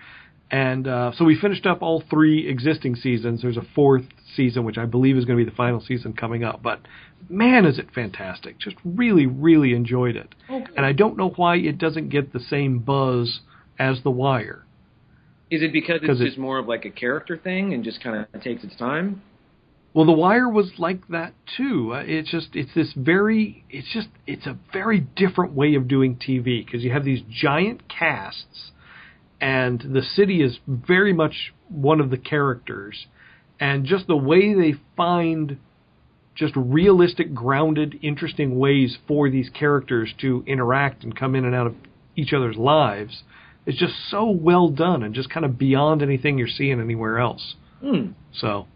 Speaker 6: And uh, so we finished up all three existing seasons. There's a fourth season, which I believe is going to be the final season coming up. But man, is it fantastic! Just really, really enjoyed it. And I don't know why it doesn't get the same buzz as The Wire.
Speaker 7: Is it because it's
Speaker 6: 'Cause it-
Speaker 7: just more of like a character thing and just kind of takes its time?
Speaker 6: Well, The Wire was like that too. Uh, It's just it's this very it's just it's a very different way of doing TV because you have these giant casts, and the city is very much one of the characters, and just the way they find just realistic, grounded, interesting ways for these characters to interact and come in and out of each other's lives is just so well done and just kind of beyond anything you're seeing anywhere else.
Speaker 7: Hmm.
Speaker 6: So,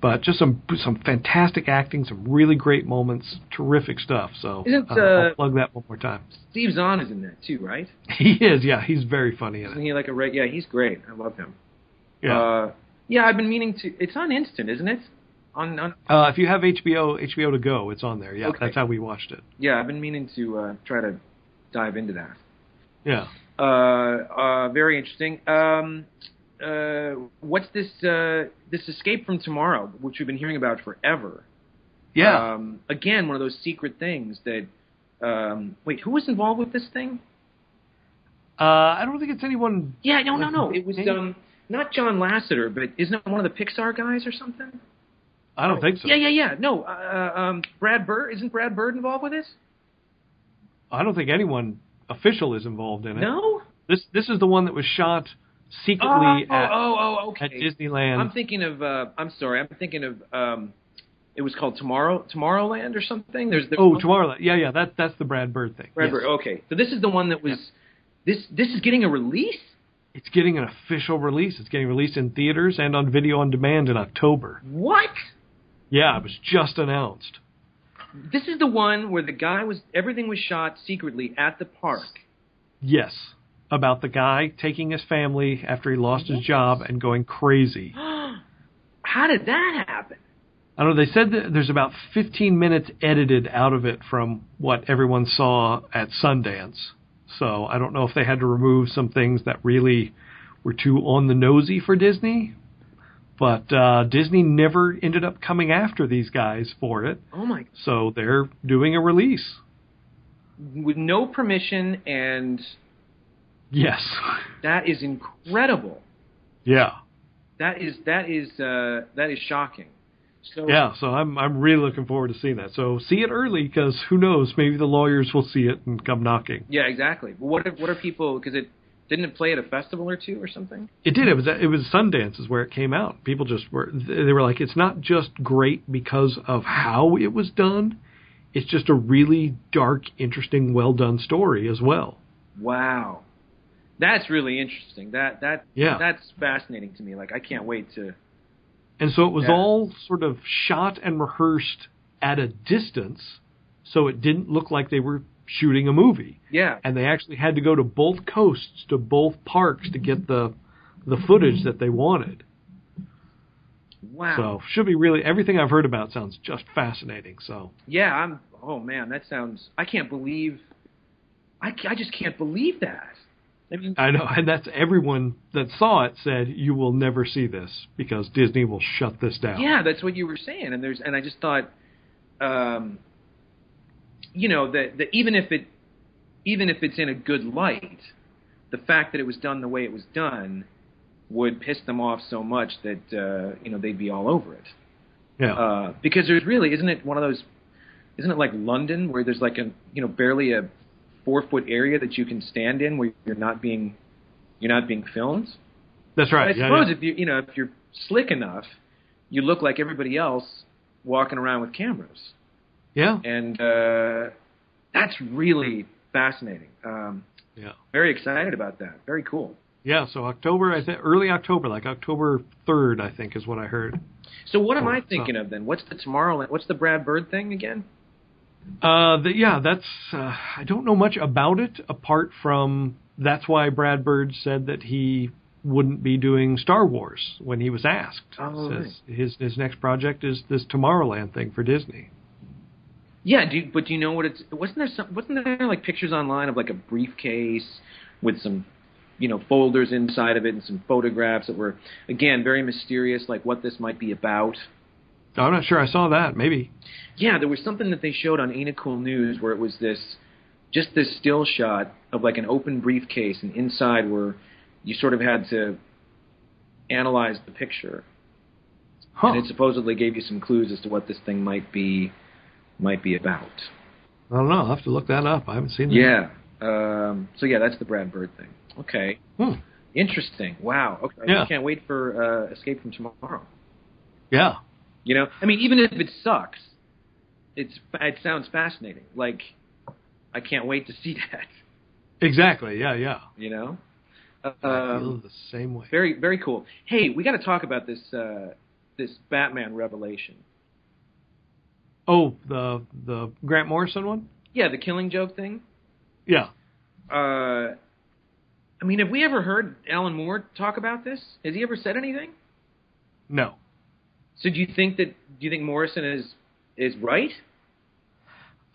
Speaker 6: but just some some fantastic acting, some really great moments, terrific stuff. So
Speaker 7: Isn't,
Speaker 6: uh,
Speaker 7: uh,
Speaker 6: I'll plug that one more time.
Speaker 7: Steve Zahn is in that too, right?
Speaker 6: He is, yeah, he's very funny in
Speaker 7: Isn't
Speaker 6: it.
Speaker 7: he like a right? Yeah, he's great. I love him.
Speaker 6: Yeah.
Speaker 7: Uh, yeah, I've been meaning to. It's on instant, isn't it? On, on
Speaker 6: Uh, if you have HBO, HBO to go, it's on there. Yeah,
Speaker 7: Okay.
Speaker 6: that's how we watched it.
Speaker 7: yeah, I've been meaning to uh, try to dive into that.
Speaker 6: Yeah.
Speaker 7: uh, very interesting. Um, uh, what's this uh, this escape from tomorrow, which we've been hearing about forever?
Speaker 6: Yeah.
Speaker 7: Um, again, one of those secret things that. Um, wait, who was involved with this thing?
Speaker 6: Uh, I don't think it's anyone.
Speaker 7: Yeah, no, no, no. It was
Speaker 6: Maybe-
Speaker 7: um, not John Lasseter, but isn't it one of the Pixar guys or something?
Speaker 6: I don't think so.
Speaker 7: Yeah, yeah, yeah. No, uh, um, Brad Bird isn't Brad Bird involved with this?
Speaker 6: I don't think anyone official is involved in it.
Speaker 7: No.
Speaker 6: This this is the one that was shot
Speaker 7: Oh,
Speaker 6: secretly
Speaker 7: oh,
Speaker 6: at,
Speaker 7: oh, oh, okay.
Speaker 6: at Disneyland.
Speaker 7: I'm thinking of. Uh, I'm sorry. I'm thinking of. Um, it was called Tomorrow Tomorrowland or something. There's the
Speaker 6: oh, Tomorrowland. Yeah, yeah. That that's the Brad Bird thing.
Speaker 7: Brad
Speaker 6: Yes.
Speaker 7: Bird. oh. Okay, so this is the one that was. This this is getting a release.
Speaker 6: It's getting an official release. It's getting released in theaters and on video on demand in October.
Speaker 7: What?
Speaker 6: Yeah, it was just announced.
Speaker 7: This is the one where the guy was. Everything was shot secretly at the park.
Speaker 6: Yes, about the guy taking his family after he lost his job and going crazy.
Speaker 7: How did that happen?
Speaker 6: I don't know. They said that there's about 15 minutes edited out of it from what everyone saw at Sundance. So I don't know if they had to remove some things that really were too on the nosy for Disney. But uh, Disney never ended up coming after these guys for it.
Speaker 7: Oh my!
Speaker 6: So they're doing a release.
Speaker 7: With no permission, and
Speaker 6: Yes.
Speaker 7: that is incredible.
Speaker 6: Yeah.
Speaker 7: That is that is uh, that is shocking. So
Speaker 6: Yeah, so I'm I'm really looking forward to seeing that. So see it early because who knows? Maybe the lawyers will see it and come knocking.
Speaker 7: Yeah, exactly. But what if, what are people? Because it didn't it play at a festival or two or something.
Speaker 6: It did. It was it was Sundance is where it came out. People just were they were like, it's not just great because of how it was done. It's just a really dark, interesting, well done story as well.
Speaker 7: Wow, that's really interesting. That that
Speaker 6: Yeah.
Speaker 7: that's fascinating to me. Like I can't wait to.
Speaker 6: And so it was
Speaker 7: Yeah.
Speaker 6: all sort of shot and rehearsed at a distance, so it didn't look like they were shooting a movie.
Speaker 7: Yeah,
Speaker 6: and they actually had to go to both coasts to both parks to get the the footage that they wanted.
Speaker 7: wow.
Speaker 6: So should be really everything I've heard about sounds just fascinating. So
Speaker 7: Yeah, I'm. Oh man, that sounds. I can't believe. I ca- I just can't believe that. I mean,
Speaker 6: I know, and that's everyone that saw it said you will never see this because Disney will shut this down.
Speaker 7: yeah, that's what you were saying, and there's and I just thought, um, you know, that that even if it, even if it's in a good light, the fact that it was done the way it was done would piss them off so much that uh, you know they'd be all over it.
Speaker 6: yeah,
Speaker 7: uh, because there's really isn't it one of those isn't it like London where there's like a you know barely a four foot area that you can stand in where you're not being you're not being filmed.
Speaker 6: that's
Speaker 7: I
Speaker 6: right. Yeah,
Speaker 7: suppose
Speaker 6: yeah.
Speaker 7: if you you know if you're slick enough, you look like everybody else walking around with cameras,
Speaker 6: yeah,
Speaker 7: and uh, that's really fascinating. Um,
Speaker 6: yeah,
Speaker 7: very excited about that. Very cool.
Speaker 6: yeah. So October, I think early October, like October third, I think is what I heard.
Speaker 7: So what am
Speaker 6: Cool.
Speaker 7: I thinking of then? What's the Tomorrowland? What's the Brad Bird thing again?
Speaker 6: Uh, the, yeah, that's. Uh, I don't know much about it apart from that's why Brad Bird said that he wouldn't be doing Star Wars when he was asked.
Speaker 7: Oh,
Speaker 6: Says His his next project is this Tomorrowland thing for Disney.
Speaker 7: Yeah, do you, but do you know what it's? Wasn't there some? Wasn't there like pictures online of like a briefcase with some you know folders inside of it and some photographs that were again very mysterious, like what this might be about.
Speaker 6: I'm not sure I saw that. Maybe.
Speaker 7: Yeah, there was something that they showed on Ain't It Cool News where it was this, just this still shot of like an open briefcase, and inside were, you sort of had to analyze the picture,
Speaker 6: Huh.
Speaker 7: and it supposedly gave you some clues as to what this thing might be, might be about.
Speaker 6: I don't know. I'll have to look that up. I haven't seen that.
Speaker 7: Yeah. Um, so yeah, that's the Brad Bird thing. Okay.
Speaker 6: Hmm.
Speaker 7: Interesting. Wow. Okay.
Speaker 6: Yeah.
Speaker 7: I can't wait for uh, Escape from Tomorrow.
Speaker 6: Yeah.
Speaker 7: You know, I mean, even if it sucks, it's it sounds fascinating. Like, I can't wait to see that.
Speaker 6: Exactly. Yeah. Yeah.
Speaker 7: You know,
Speaker 6: I feel
Speaker 7: um,
Speaker 6: the same way.
Speaker 7: very very cool. Hey, we got to talk about this uh, this Batman revelation.
Speaker 6: Oh, the the Grant Morrison one.
Speaker 7: Yeah, the Killing Joke thing.
Speaker 6: Yeah.
Speaker 7: Uh, I mean, have we ever heard Alan Moore talk about this? Has he ever said anything?
Speaker 6: No.
Speaker 7: So do you think that do you think Morrison is is right?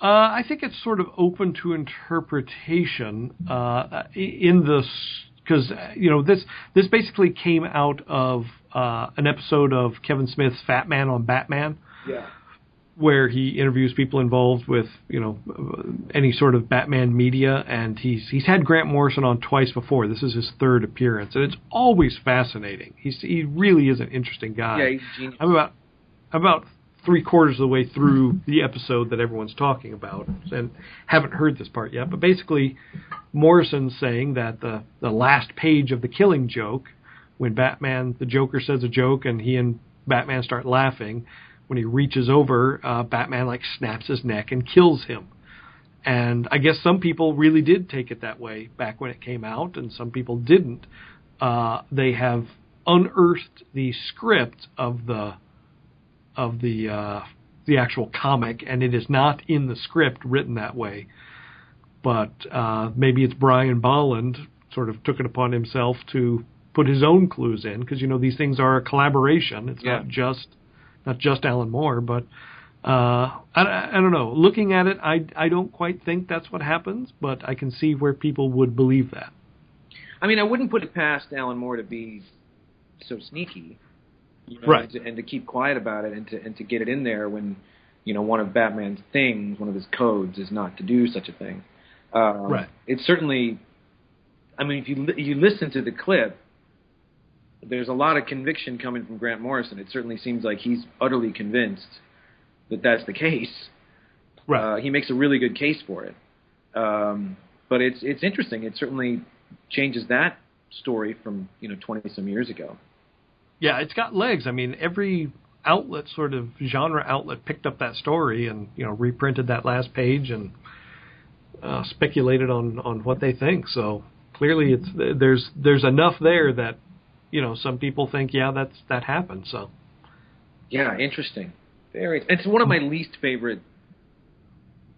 Speaker 6: Uh, I think it's sort of open to interpretation uh, in the because you know this this basically came out of uh, an episode of Kevin Smith's Fat Man on Batman.
Speaker 7: Yeah.
Speaker 6: where he interviews people involved with you know any sort of Batman media, and he's he's had Grant Morrison on twice before. This is his third appearance, and it's always fascinating. He's he really is an interesting guy.
Speaker 7: Yeah, he's genius.
Speaker 6: I'm about I'm about three quarters of the way through the episode that everyone's talking about, and haven't heard this part yet. But basically, Morrison saying that the the last page of the Killing Joke, when Batman the Joker says a joke and he and Batman start laughing, when he reaches over, uh, Batman like snaps his neck and kills him. And I guess some people really did take it that way back when it came out, and some people didn't. Uh, they have unearthed the script of the of the uh, the actual comic, and it is not in the script written that way. But uh, maybe it's Brian Bolland sort of took it upon himself to put his own clues in because you know these things are a collaboration. It's
Speaker 7: Yeah.
Speaker 6: not just not just Alan Moore, but uh, I, I don't know. Looking at it, I I don't quite think that's what happens, but I can see where people would believe that.
Speaker 7: I mean, I wouldn't put it past Alan Moore to be so sneaky, you know,
Speaker 6: Right.
Speaker 7: And to, and to keep quiet about it, and to and to get it in there when you know one of Batman's things, one of his codes, is not to do such a thing. Um,
Speaker 6: Right.
Speaker 7: It's certainly. I mean, if you li- you listen to the clip, there's a lot of conviction coming from Grant Morrison. It certainly seems like he's utterly convinced that that's the case. Uh, he makes a really good case for it. Um, but it's it's interesting. It certainly changes that story from you know twenty some years ago.
Speaker 6: Yeah, it's got legs. I mean, every outlet, sort of genre outlet, picked up that story and you know reprinted that last page and uh, speculated on on what they think. So clearly, it's there's there's enough there that you know some people think yeah that's that happened. So
Speaker 7: Yeah, interesting. Very. It's one of my least favorite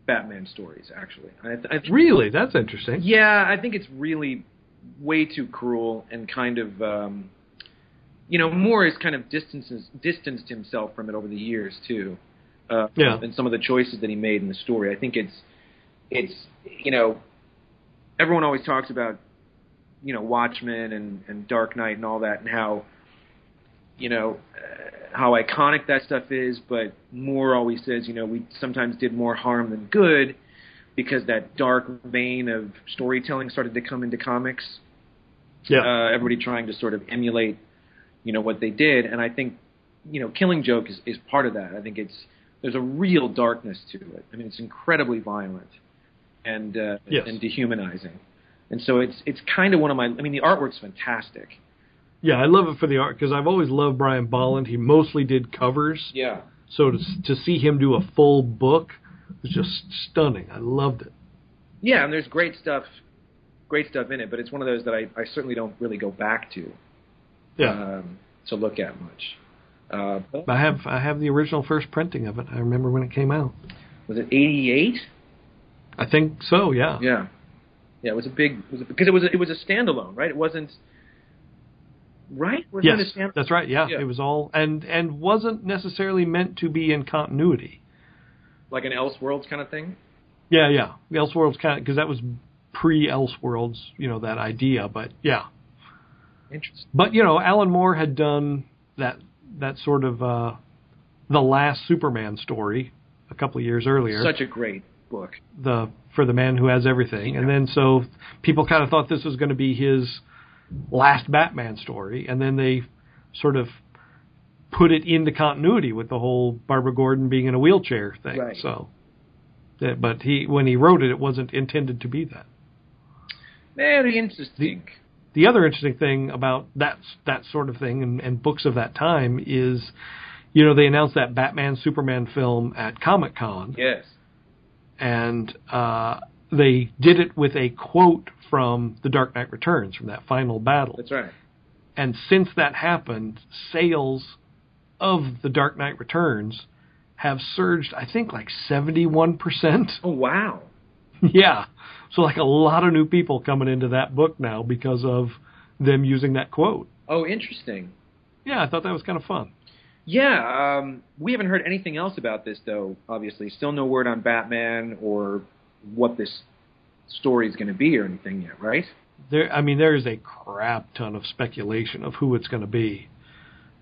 Speaker 7: Batman stories, actually. I, I,
Speaker 6: really, that's interesting.
Speaker 7: Yeah, I think it's really way too cruel and kind of. Um, you know, Moore has kind of distances, distanced himself from it over the years too, uh,
Speaker 6: Yeah.
Speaker 7: and some of the choices that he made in the story. I think it's, it's you know, everyone always talks about, you know, Watchmen and and Dark Knight and all that, and how, you know, uh, how iconic that stuff is. But Moore always says, you know, we sometimes did more harm than good, because that dark vein of storytelling started to come into comics
Speaker 6: Yeah,
Speaker 7: uh, everybody trying to sort of emulate, you know, what they did. And I think, you know, Killing Joke is, is part of that. I think it's there's a real darkness to it. I mean, it's incredibly violent and uh,
Speaker 6: Yes.
Speaker 7: and dehumanizing. And so it's it's kind of one of my. I mean, the artwork's fantastic.
Speaker 6: yeah, I love it for the art because I've always loved Brian Bolland. He mostly did covers.
Speaker 7: Yeah.
Speaker 6: So to to see him do a full book was just stunning. I loved it.
Speaker 7: Yeah, and there's great stuff, great stuff in it. But it's one of those that I, I certainly don't really go back to
Speaker 6: Yeah.
Speaker 7: um, to look at much. Uh, but
Speaker 6: I have I have the original first printing of it. I remember when it came out.
Speaker 7: was it '88?
Speaker 6: I think so. Yeah.
Speaker 7: Yeah, yeah. It was a big it was a, because it was a, it was a standalone, right? It wasn't right. Was
Speaker 6: Yes,
Speaker 7: it a stand-
Speaker 6: that's right. Yeah.
Speaker 7: Yeah.
Speaker 6: it was all and and wasn't necessarily meant to be in continuity.
Speaker 7: like an Elseworlds kind of thing.
Speaker 6: Yeah, yeah. The Elseworlds kind of because that was pre Elseworlds, you know, that idea. But yeah,
Speaker 7: Interesting.
Speaker 6: but you know, Alan Moore had done that that sort of uh, the last Superman story a couple of years earlier,
Speaker 7: Such a great book.
Speaker 6: the for the man who has everything, and then so people kind of thought this was going to be his last Batman story, and then they sort of put it into continuity with the whole Barbara Gordon being in a wheelchair thing.
Speaker 7: Right.
Speaker 6: So, that- but he when he wrote it, it wasn't intended to be that.
Speaker 7: Very interesting.
Speaker 6: the other interesting thing about that that sort of thing and, and books of that time is, you know, they announced that Batman Superman film at Comic Con,
Speaker 7: yes.
Speaker 6: and uh, they did it with a quote from The Dark Knight Returns from that final battle.
Speaker 7: That's right.
Speaker 6: And since that happened, sales of The Dark Knight Returns have surged, I think, like seventy one percent.
Speaker 7: Oh wow.
Speaker 6: Yeah. So like a lot of new people coming into that book now because of them using that quote.
Speaker 7: Oh, interesting.
Speaker 6: Yeah, I thought that was kind of fun.
Speaker 7: Yeah, um, we haven't heard anything else about this though. Obviously, still no word on Batman or what this story is going to be or anything yet, right?
Speaker 6: There, I mean, there is a crap ton of speculation of who it's going to be,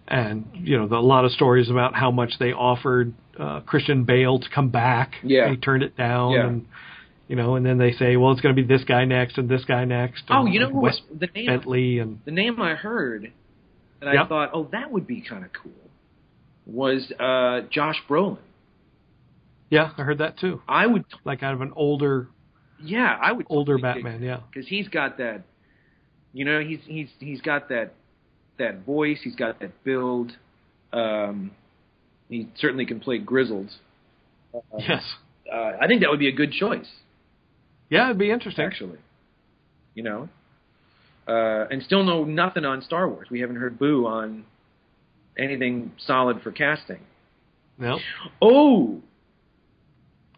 Speaker 6: and you know, the, a lot of stories about how much they offered uh, Christian Bale to come back.
Speaker 7: Yeah.
Speaker 6: he turned it down,
Speaker 7: Yeah.
Speaker 6: and you know, and then they say, well, it's going to be this guy next and this guy next.
Speaker 7: Oh,
Speaker 6: and
Speaker 7: you know who
Speaker 6: Um, Wes
Speaker 7: was the name?
Speaker 6: Bentley and
Speaker 7: The name I heard that
Speaker 6: Yeah.
Speaker 7: I thought, oh, that would be kind of cool, was uh, Josh Brolin.
Speaker 6: yeah, I heard that too.
Speaker 7: I would,
Speaker 6: Like kind of an older,
Speaker 7: yeah, I would
Speaker 6: older Batman. Yeah,
Speaker 7: because he's got that, you know, he's he's he's got that that voice, he's got that build. Um, he certainly can play Grizzled.
Speaker 6: yes,
Speaker 7: Uh, I think that would be a good choice.
Speaker 6: yeah, it'd be interesting.
Speaker 7: actually. You know, uh, and still no nothing on Star Wars. We haven't heard boo on anything solid for casting.
Speaker 6: No,
Speaker 7: Oh,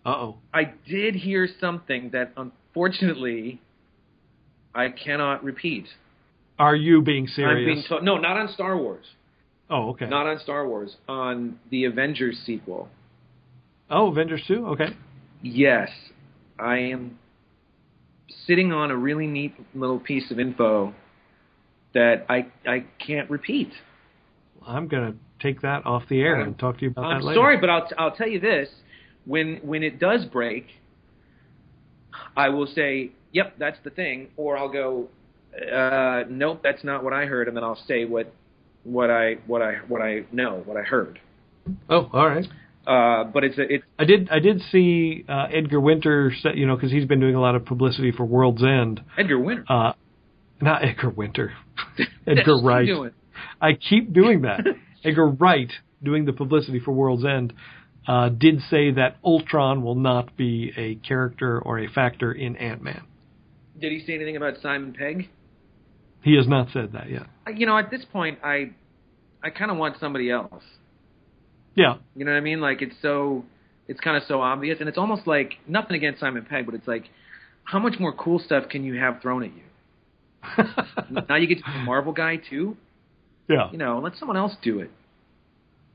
Speaker 6: uh oh,
Speaker 7: I did hear something that unfortunately I cannot repeat.
Speaker 6: are you being
Speaker 7: I'm
Speaker 6: serious?
Speaker 7: being told no, not on Star Wars,
Speaker 6: oh, okay.
Speaker 7: not on Star Wars, on the Avengers sequel.
Speaker 6: oh, Avengers two. Okay.
Speaker 7: Yes, I am sitting on a really neat little piece of info that I I can't repeat.
Speaker 6: I'm going to take that off the air and talk to you about
Speaker 7: I'm
Speaker 6: that later.
Speaker 7: Um, sorry, but I'll, t- I'll tell you this: when when it does break, I will say, "Yep, that's the thing," or I'll go, uh, "Nope, that's not what I heard," and then I'll say what what I what I what I know, what I heard.
Speaker 6: Oh, all right.
Speaker 7: Uh, but it's a, it's
Speaker 6: I did. I did see uh, Edgar Winter. Set, you know, because he's been doing a lot of publicity for World's End.
Speaker 7: Edgar Winter.
Speaker 6: Uh, not Edgar Winter. Edgar
Speaker 7: Keep
Speaker 6: Wright.
Speaker 7: doing it.
Speaker 6: I keep doing that. Edgar Wright doing the publicity for World's End. Uh, did say that Ultron will not be a character or a factor in Ant Man.
Speaker 7: Did he say anything about Simon Pegg?
Speaker 6: He has not said that yet.
Speaker 7: I- You know, at this point, I I kind of want somebody else.
Speaker 6: Yeah,
Speaker 7: You know what I mean? Like it's so it's kind of so obvious, and it's almost like nothing against Simon Pegg, but it's like how much more cool stuff can you have thrown at you? now you get to be a Marvel guy too.
Speaker 6: yeah.
Speaker 7: You know, let someone else do it.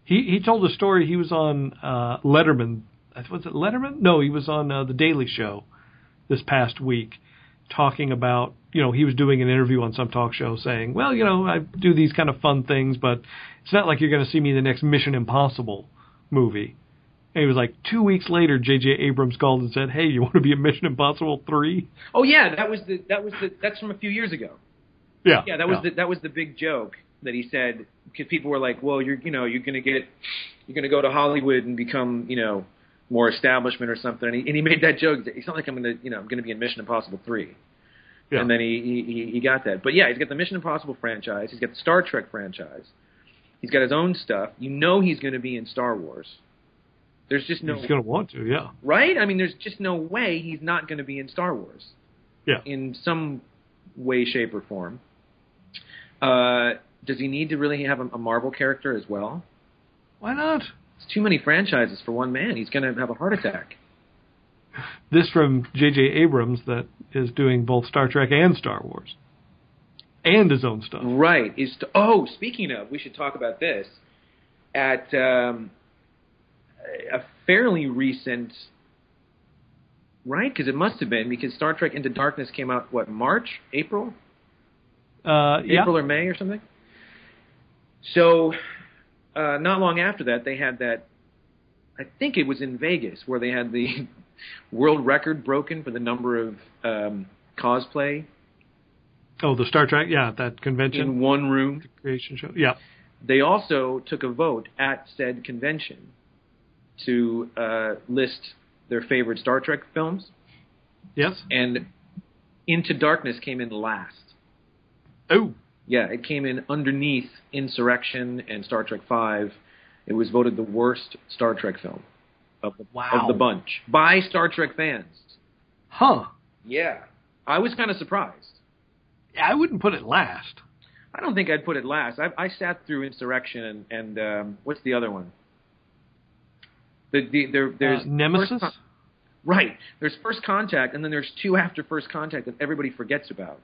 Speaker 6: He he told a story. He was on uh, Letterman. Was it Letterman? No, he was on uh, the Daily Show this past week, talking about you know he was doing an interview on some talk show saying, well, you know, I do these kind of fun things, but it's not like you're going to see me in the next Mission Impossible movie. And he was like, two weeks later, J.J. Abrams called and said, hey, you want to be in Mission Impossible three?
Speaker 7: Oh yeah, that was the that was the that's from a few years ago.
Speaker 6: Yeah,
Speaker 7: Yeah, that was the that was the big joke that he said because people were like, well, you're you know you're gonna get you're gonna go to Hollywood and become you know more establishment or something, and he, and he made that joke. That it's not like I'm gonna you know I'm gonna be in Mission Impossible three.
Speaker 6: Yeah.
Speaker 7: And then he, he- he he got that. But yeah, he's got the Mission Impossible franchise. He's got the Star Trek franchise. He's got his own stuff. You know he's going to be in Star Wars. There's just no
Speaker 6: He's going to want to. Yeah,
Speaker 7: right? I mean, there's just no way he's not going to be in Star Wars.
Speaker 6: Yeah.
Speaker 7: In some way, shape, or form. Uh, does he need to really have a, a Marvel character as well?
Speaker 6: why not?
Speaker 7: It's too many franchises for one man. He's going to have a heart attack.
Speaker 6: this from J.J. Abrams that is doing both Star Trek and Star Wars, and his own stuff.
Speaker 7: Right. Is to, oh, speaking of, we should talk about this. At um, a fairly recent right? Because it must have been because Star Trek Into Darkness came out what March, April,
Speaker 6: Uh, yeah.
Speaker 7: April or May or something. So, uh, not long after that, they had that. I think it was in Vegas where they had the world record broken for the number of um, cosplay
Speaker 6: oh, the Star Trek. Yeah, that convention
Speaker 7: in one room.
Speaker 6: creation show. Yeah.
Speaker 7: They also took a vote at said convention to uh, list their favorite Star Trek films,
Speaker 6: Yes.
Speaker 7: and Into Darkness came in last.
Speaker 6: Oh.
Speaker 7: Yeah, it came in underneath Insurrection and Star Trek Five. It was voted the worst Star Trek film of the of the bunch by Star Trek fans.
Speaker 6: Huh.
Speaker 7: Yeah, I was kind of surprised.
Speaker 6: I wouldn't put it last.
Speaker 7: I don't think I'd put it last. I, I sat through Insurrection and, and um, what's the other one? The, the, there, there's
Speaker 6: Uh, Nemesis.
Speaker 7: First Con- right. There's First Contact, and then there's two after First Contact that everybody forgets about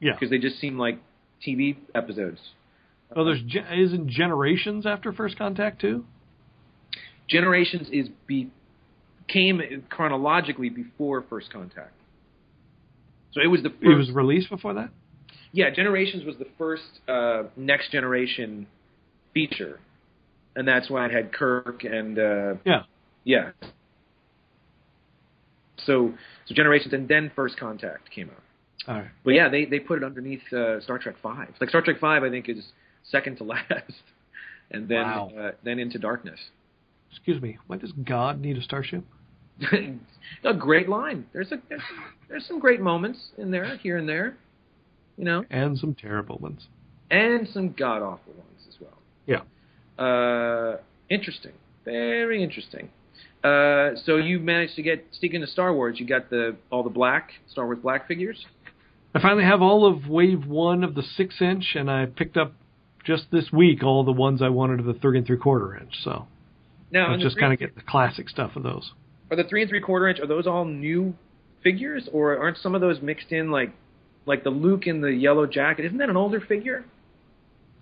Speaker 6: Yeah.
Speaker 7: because they just seem like TV episodes.
Speaker 6: Oh, there's Gen- isn't Generations after First Contact too?
Speaker 7: Generations is be, came chronologically before First Contact. So it was the first,
Speaker 6: It was released before that.
Speaker 7: yeah, Generations was the first uh, next generation feature, and that's why it had Kirk and uh,
Speaker 6: Yeah.
Speaker 7: Yeah. So, so Generations and then First Contact came out.
Speaker 6: All right.
Speaker 7: But yeah, they, they put it underneath uh, Star Trek Five. Like Star Trek Five, I think is second to last, and then
Speaker 6: Wow.
Speaker 7: uh, then Into Darkness.
Speaker 6: Excuse me. Why does God need a starship?
Speaker 7: a great line. There's a there's, there's some great moments in there, here and there, you know,
Speaker 6: And some terrible ones.
Speaker 7: and some god awful ones as well.
Speaker 6: Yeah.
Speaker 7: Uh, interesting, very interesting. Uh, so you managed to get speaking of Star Wars, you got the all the black Star Wars black figures.
Speaker 6: I finally have all of Wave One of the six inch, and I picked up just this week all the ones I wanted of the three and three quarter inch. So
Speaker 7: Now,
Speaker 6: I
Speaker 7: and
Speaker 6: just
Speaker 7: the
Speaker 6: kind of get the classic stuff of those.
Speaker 7: are the three and three quarter inch are those all new figures or aren't some of those mixed in like like the Luke in the yellow jacket? Isn't that an older figure?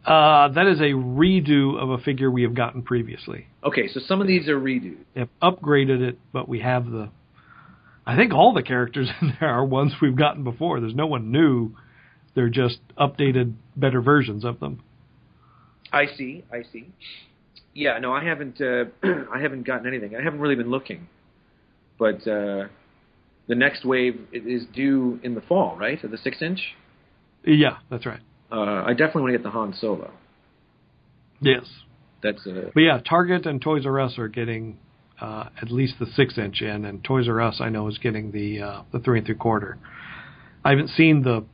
Speaker 6: Uh, that is a redo of a figure we have gotten previously.
Speaker 7: Okay, so some of these are redos.
Speaker 6: They have upgraded it, but we have the. I think all the characters in there are ones we've gotten before. There's no one new. They're just updated, better versions of them.
Speaker 7: I see, I see. Yeah, no, I haven't uh, I haven't gotten anything. I haven't really been looking. But uh, the next wave i- is due in the fall, right? Of the six inch.
Speaker 6: Yeah, that's right.
Speaker 7: Uh, I definitely want to get the Han Solo.
Speaker 6: Yes.
Speaker 7: That's a
Speaker 6: But yeah, Target and Toys R Us are getting uh, at least the six inch in, and Toys R Us I know is getting the uh, the three and three quarter. I haven't seen the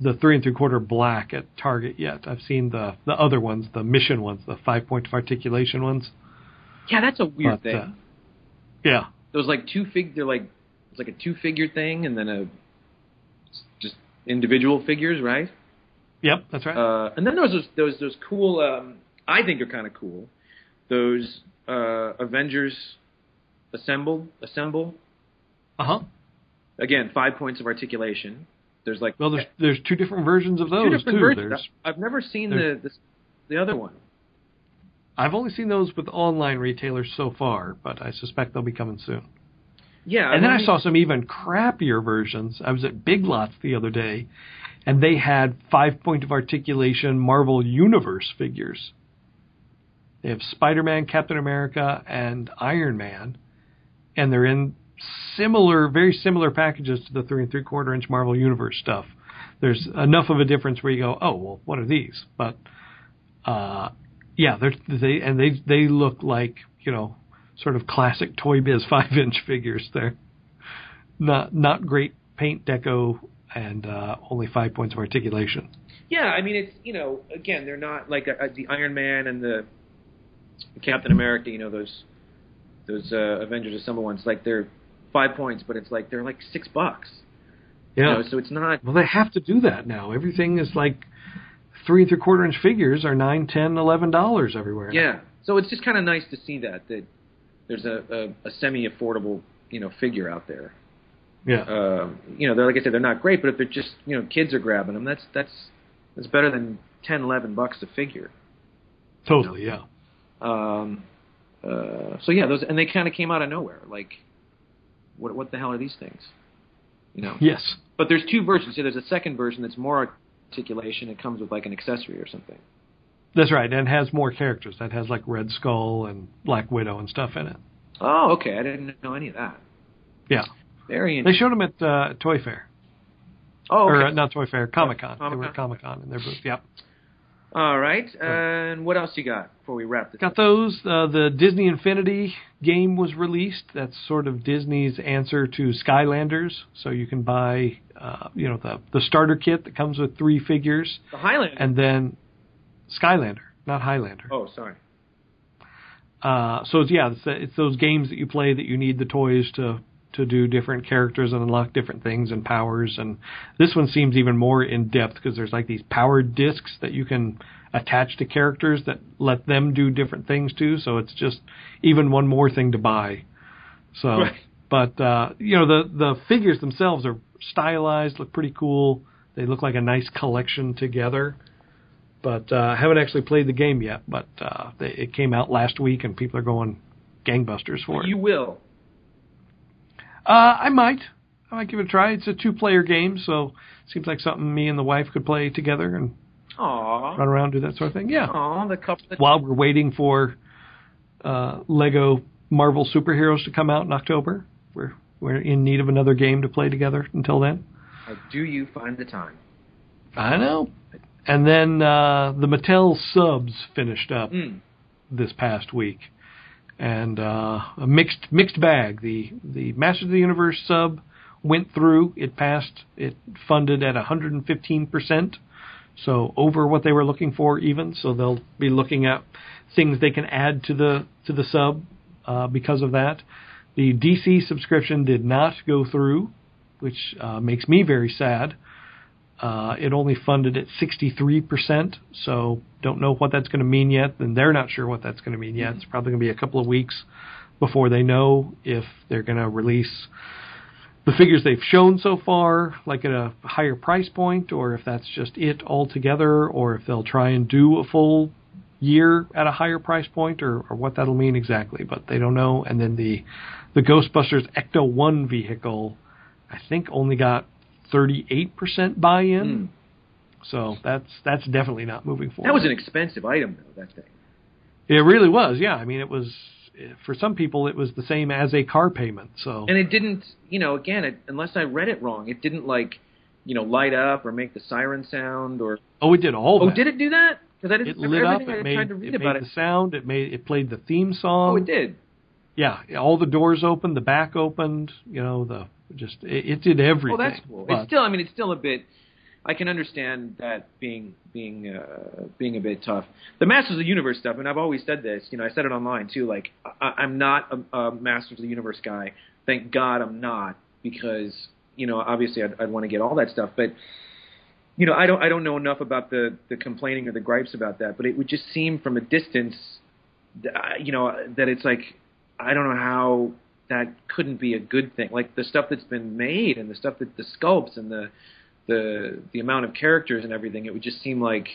Speaker 6: the three and three quarter black at Target yet. I've seen the the other ones, the mission ones, the five point of articulation ones.
Speaker 7: yeah, that's a weird
Speaker 6: But,
Speaker 7: thing.
Speaker 6: uh, yeah,
Speaker 7: Those like two fig, they're like it's like a two figure thing, and then a just individual figures, right?
Speaker 6: yep, that's right.
Speaker 7: Uh, and then there's those those, those cool. Um, I think are kind of cool. Those uh, Avengers assembled assemble
Speaker 6: Uh huh.
Speaker 7: again. Five points of articulation. There's like
Speaker 6: Well, there's there's two different versions of those
Speaker 7: two different
Speaker 6: too.
Speaker 7: versions.
Speaker 6: There's
Speaker 7: I've never seen
Speaker 6: there's-
Speaker 7: the this, the other one.
Speaker 6: I've only seen those with online retailers so far, but I suspect they'll be coming soon.
Speaker 7: Yeah,
Speaker 6: And then I
Speaker 7: mean,
Speaker 6: saw some even crappier versions. I was at Big Lots the other day, and they had five point of articulation Marvel Universe figures. They have Spider Man, Captain America, and Iron Man, and they're in similar, very similar packages to the three and three quarter inch Marvel Universe stuff. There's enough of a difference where you go, oh well, what are these? But uh, yeah, they're, they and they they look like you know sort of classic Toy Biz five inch figures. They're not not great paint deco and uh, only five points of articulation.
Speaker 7: Yeah, I mean it's you know again they're not like uh the Iron Man and the Captain America. You know those those uh, Avengers assemble ones. Like they're five points, but it's like they're like six bucks.
Speaker 6: Yeah.
Speaker 7: You know, so it's not
Speaker 6: well, they have to do that now. Everything is like three and three quarter inch figures are nine, ten, eleven dollars everywhere. now.
Speaker 7: Yeah. So it's just kind of nice to see that that there's a, a, a semi-affordable you know figure out there.
Speaker 6: yeah.
Speaker 7: Um, you know, they're like I said, they're not great, but if they're just you know kids are grabbing them, that's that's that's better than ten, eleven bucks a figure.
Speaker 6: totally. Yeah.
Speaker 7: Um, uh, so yeah, those and they kind of came out of nowhere. Like what what the hell are these things? You know.
Speaker 6: Yes.
Speaker 7: But there's two versions. So there's a second version that's more articulation. It comes with like an accessory or something.
Speaker 6: That's right, and has more characters. That has like Red Skull and Black Widow and stuff in it.
Speaker 7: Oh, okay. I didn't know any of that.
Speaker 6: Yeah,
Speaker 7: Very
Speaker 6: they
Speaker 7: interesting.
Speaker 6: showed them at uh, Toy Fair
Speaker 7: Oh,
Speaker 6: or uh,
Speaker 7: okay.
Speaker 6: not Toy Fair, Comic Con. They were
Speaker 7: Comic-Con.
Speaker 6: at Comic Con in their booth. Yep.
Speaker 7: All right. And what else you got before we wrap this?
Speaker 6: Got
Speaker 7: up?
Speaker 6: those. Uh, the Disney Infinity game was released. That's sort of Disney's answer to Skylanders. So you can buy, uh, you know, the the starter kit that comes with three figures,
Speaker 7: The Highlander.
Speaker 6: and then Skylander, not Highlander.
Speaker 7: oh, sorry.
Speaker 6: Uh, so it's, yeah, it's, it's those games that you play that you need the toys to to do different characters and unlock different things and powers. And this one seems even more in depth because there's like these powered discs that you can attach to characters that let them do different things too. So it's just even one more thing to buy. So,
Speaker 7: Right.
Speaker 6: but uh, you know the the figures themselves are stylized, look pretty cool. They look like a nice collection together but uh, I haven't actually played the game yet. But uh, they, it came out last week, and people are going gangbusters for it.
Speaker 7: You will.
Speaker 6: uh, I might, I might give it a try. It's a two-player game, so seems like something me and the wife could play together and
Speaker 7: Aw.
Speaker 6: run around, do that sort of thing. Yeah.
Speaker 7: Aw, the couple. That,
Speaker 6: While we're waiting for uh, Lego Marvel superheroes to come out in October, we're we're in need of another game to play together. Until then,
Speaker 7: How do you find the time?
Speaker 6: I know. And then uh, the Mattel subs finished up.
Speaker 7: Mm.
Speaker 6: this past week, and uh, a mixed mixed bag. The the Masters of the Universe sub went through. It passed. It funded at 115 percent, so over what they were looking for even. So they'll be looking at things they can add to the to the sub uh, because of that. The DC subscription did not go through, which uh, makes me very sad. Uh, it only funded at 63%, so don't know what that's going to mean yet, and they're not sure what that's going to mean yet. It's probably going to be a couple of weeks before they know if they're going to release the figures they've shown so far, like at a higher price point, or if that's just it altogether, or if they'll try and do a full year at a higher price point, or, or what that'll mean exactly. But they don't know. And then the the Ghostbusters Ecto One vehicle, I think, only got 38% buy-in. So that's that's definitely not moving forward.
Speaker 7: Hmm. That was an expensive item, though. That thing.
Speaker 6: It really was. Yeah, I mean, it was for some people it was the same as a car payment. So
Speaker 7: And it didn't. You know, again, it, unless I read it wrong, it didn't like, you know, light up or make the siren sound or.
Speaker 6: oh, it did all.
Speaker 7: Oh,
Speaker 6: that.
Speaker 7: did it do that? Because I didn't.
Speaker 6: It lit up.
Speaker 7: everything I
Speaker 6: It
Speaker 7: tried
Speaker 6: made,
Speaker 7: to
Speaker 6: it
Speaker 7: read
Speaker 6: made
Speaker 7: about it.
Speaker 6: the sound. It made it played the theme song.
Speaker 7: Oh, it did.
Speaker 6: Yeah, all the doors opened, the back opened. You know, the just it, it did everything.
Speaker 7: Well, that's cool.
Speaker 6: But-
Speaker 7: It's still, I mean, it's still a bit. I can understand that being being uh, being a bit tough. The Masters of the Universe stuff, and I've always said this. You know, I said it online too. Like, I, I'm not a, a Masters of the Universe guy. Thank God I'm not, because you know, obviously, I'd, I'd want to get all that stuff. But you know, I don't I don't know enough about the the complaining or the gripes about that. But it would just seem from a distance, th- uh, you know, that it's like I don't know how that couldn't be a good thing. Like the stuff that's been made and the stuff that the sculpts and the the the amount of characters and everything, it would just seem like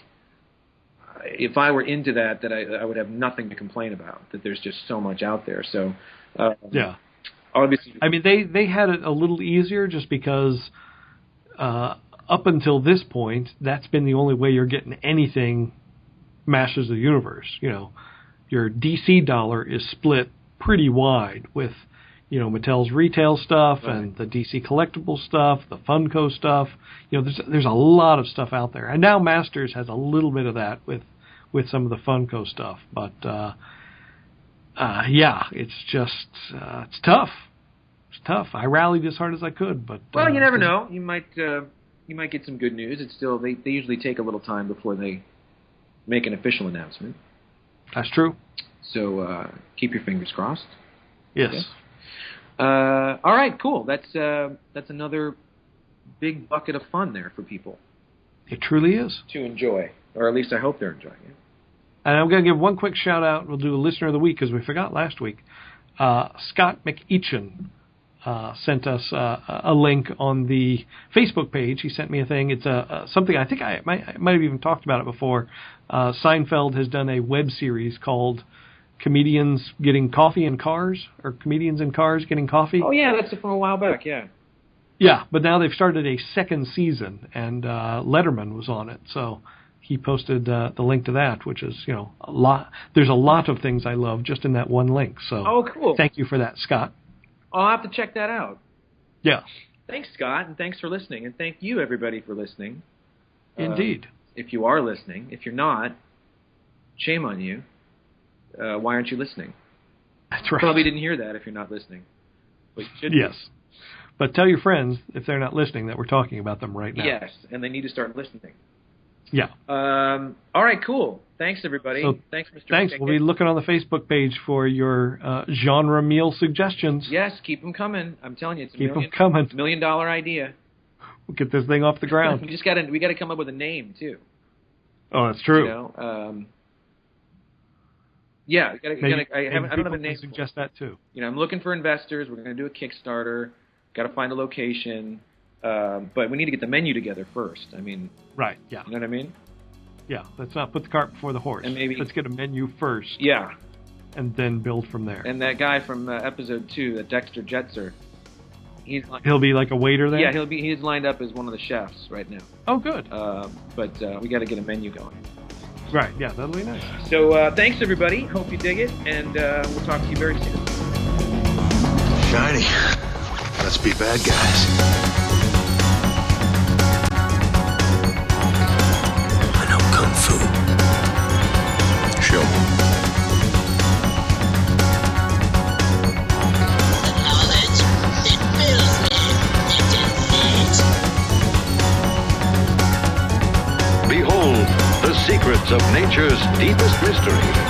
Speaker 7: uh, if I were into that, that I, I would have nothing to complain about. That there's just so much out there. So uh,
Speaker 6: yeah.
Speaker 7: obviously,
Speaker 6: I mean, they they had it a little easier just because uh, up until this point, that's been the only way you're getting anything Masters of the Universe. You know, your DC dollar is split pretty wide with you know Mattel's retail stuff and the DC collectible stuff, the Funko stuff. You know, there's there's a lot of stuff out there, and now Masters has a little bit of that with with some of the Funko stuff, but. uh uh, yeah, it's just uh, it's tough. It's tough. I rallied as hard as I could, but uh,
Speaker 7: well, you never
Speaker 6: it's-
Speaker 7: know. You might uh, you might get some good news. It's still they they usually take a little time before they make an official announcement.
Speaker 6: That's true.
Speaker 7: So uh, keep your fingers crossed.
Speaker 6: Yes.
Speaker 7: Yes. Uh, all right, cool. That's uh, that's another big bucket of fun there for people
Speaker 6: it truly is.
Speaker 7: to enjoy, or at least I hope they're enjoying it.
Speaker 6: And I'm going to give one quick shout out. We'll do a listener of the week because we forgot last week. Uh, Scott McEachin uh, sent us uh, a- a link on the Facebook page. He sent me a thing. It's a, uh something I think I might, I might have even talked about it before. Uh, Seinfeld has done a web series called comedians getting coffee in cars or comedians in cars getting coffee.
Speaker 7: Oh yeah, that's from a while back. Yeah.
Speaker 6: Yeah, but now they've started a second season, and uh, Letterman was on it, so he posted uh, the link to that, which is you know a lot. There's a lot of things I love just in that one link. So
Speaker 7: Oh, cool.
Speaker 6: thank you for that, Scott.
Speaker 7: I'll have to check that out.
Speaker 6: Yeah,
Speaker 7: Thanks, Scott, and thanks for listening, and thank you everybody for listening.
Speaker 6: Uh, indeed.
Speaker 7: If you are listening, if you're not, shame on you. Uh, why aren't you listening?
Speaker 6: That's right.
Speaker 7: Probably didn't hear that if you're not listening. But you should be.
Speaker 6: Yes, but tell your friends if they're not listening that we're talking about them right now.
Speaker 7: Yes, and they need to start listening.
Speaker 6: Yeah.
Speaker 7: Um, all right, cool. Thanks, everybody.
Speaker 6: So,
Speaker 7: thanks, Mr.
Speaker 6: Thanks.
Speaker 7: Jenkins.
Speaker 6: We'll be looking on the Facebook page for your uh, genre meal suggestions.
Speaker 7: yes, keep them coming. I'm telling you, it's a
Speaker 6: Keep 'em
Speaker 7: million,
Speaker 6: coming.
Speaker 7: million dollar idea.
Speaker 6: We'll get this thing off the
Speaker 7: We
Speaker 6: ground.
Speaker 7: just got to we got to come up with a name too.
Speaker 6: oh, that's true.
Speaker 7: You know, um, yeah, we gotta, we
Speaker 6: Maybe-
Speaker 7: gotta, I,
Speaker 6: maybe
Speaker 7: haven't, I don't have
Speaker 6: people
Speaker 7: a
Speaker 6: can
Speaker 7: name. for it.
Speaker 6: Suggest that too.
Speaker 7: you know, I'm looking for investors. We're going to do a Kickstarter. Got to find a location, um, but we need to get the menu together first. I mean,
Speaker 6: Right. Yeah.
Speaker 7: you know what I mean?
Speaker 6: Yeah. Let's not put the cart before the horse.
Speaker 7: And maybe-
Speaker 6: let's get a menu first,
Speaker 7: Yeah,
Speaker 6: and then build from there.
Speaker 7: and that guy from uh, episode two, that Dexter Jetzer, he's like,
Speaker 6: he'll be like a waiter there.
Speaker 7: yeah, he'll be he's lined up as one of the chefs right now.
Speaker 6: oh, good.
Speaker 7: Um, but uh, we got to get a menu going.
Speaker 6: Right. Yeah. That'll be nice.
Speaker 7: So uh, thanks everybody. Hope you dig it, and uh, we'll talk to you very soon.
Speaker 2: Shiny. Let's be bad guys. I know kung fu. Show me.
Speaker 8: The knowledge that fills me, it invades
Speaker 1: Behold the secrets of nature's deepest mystery.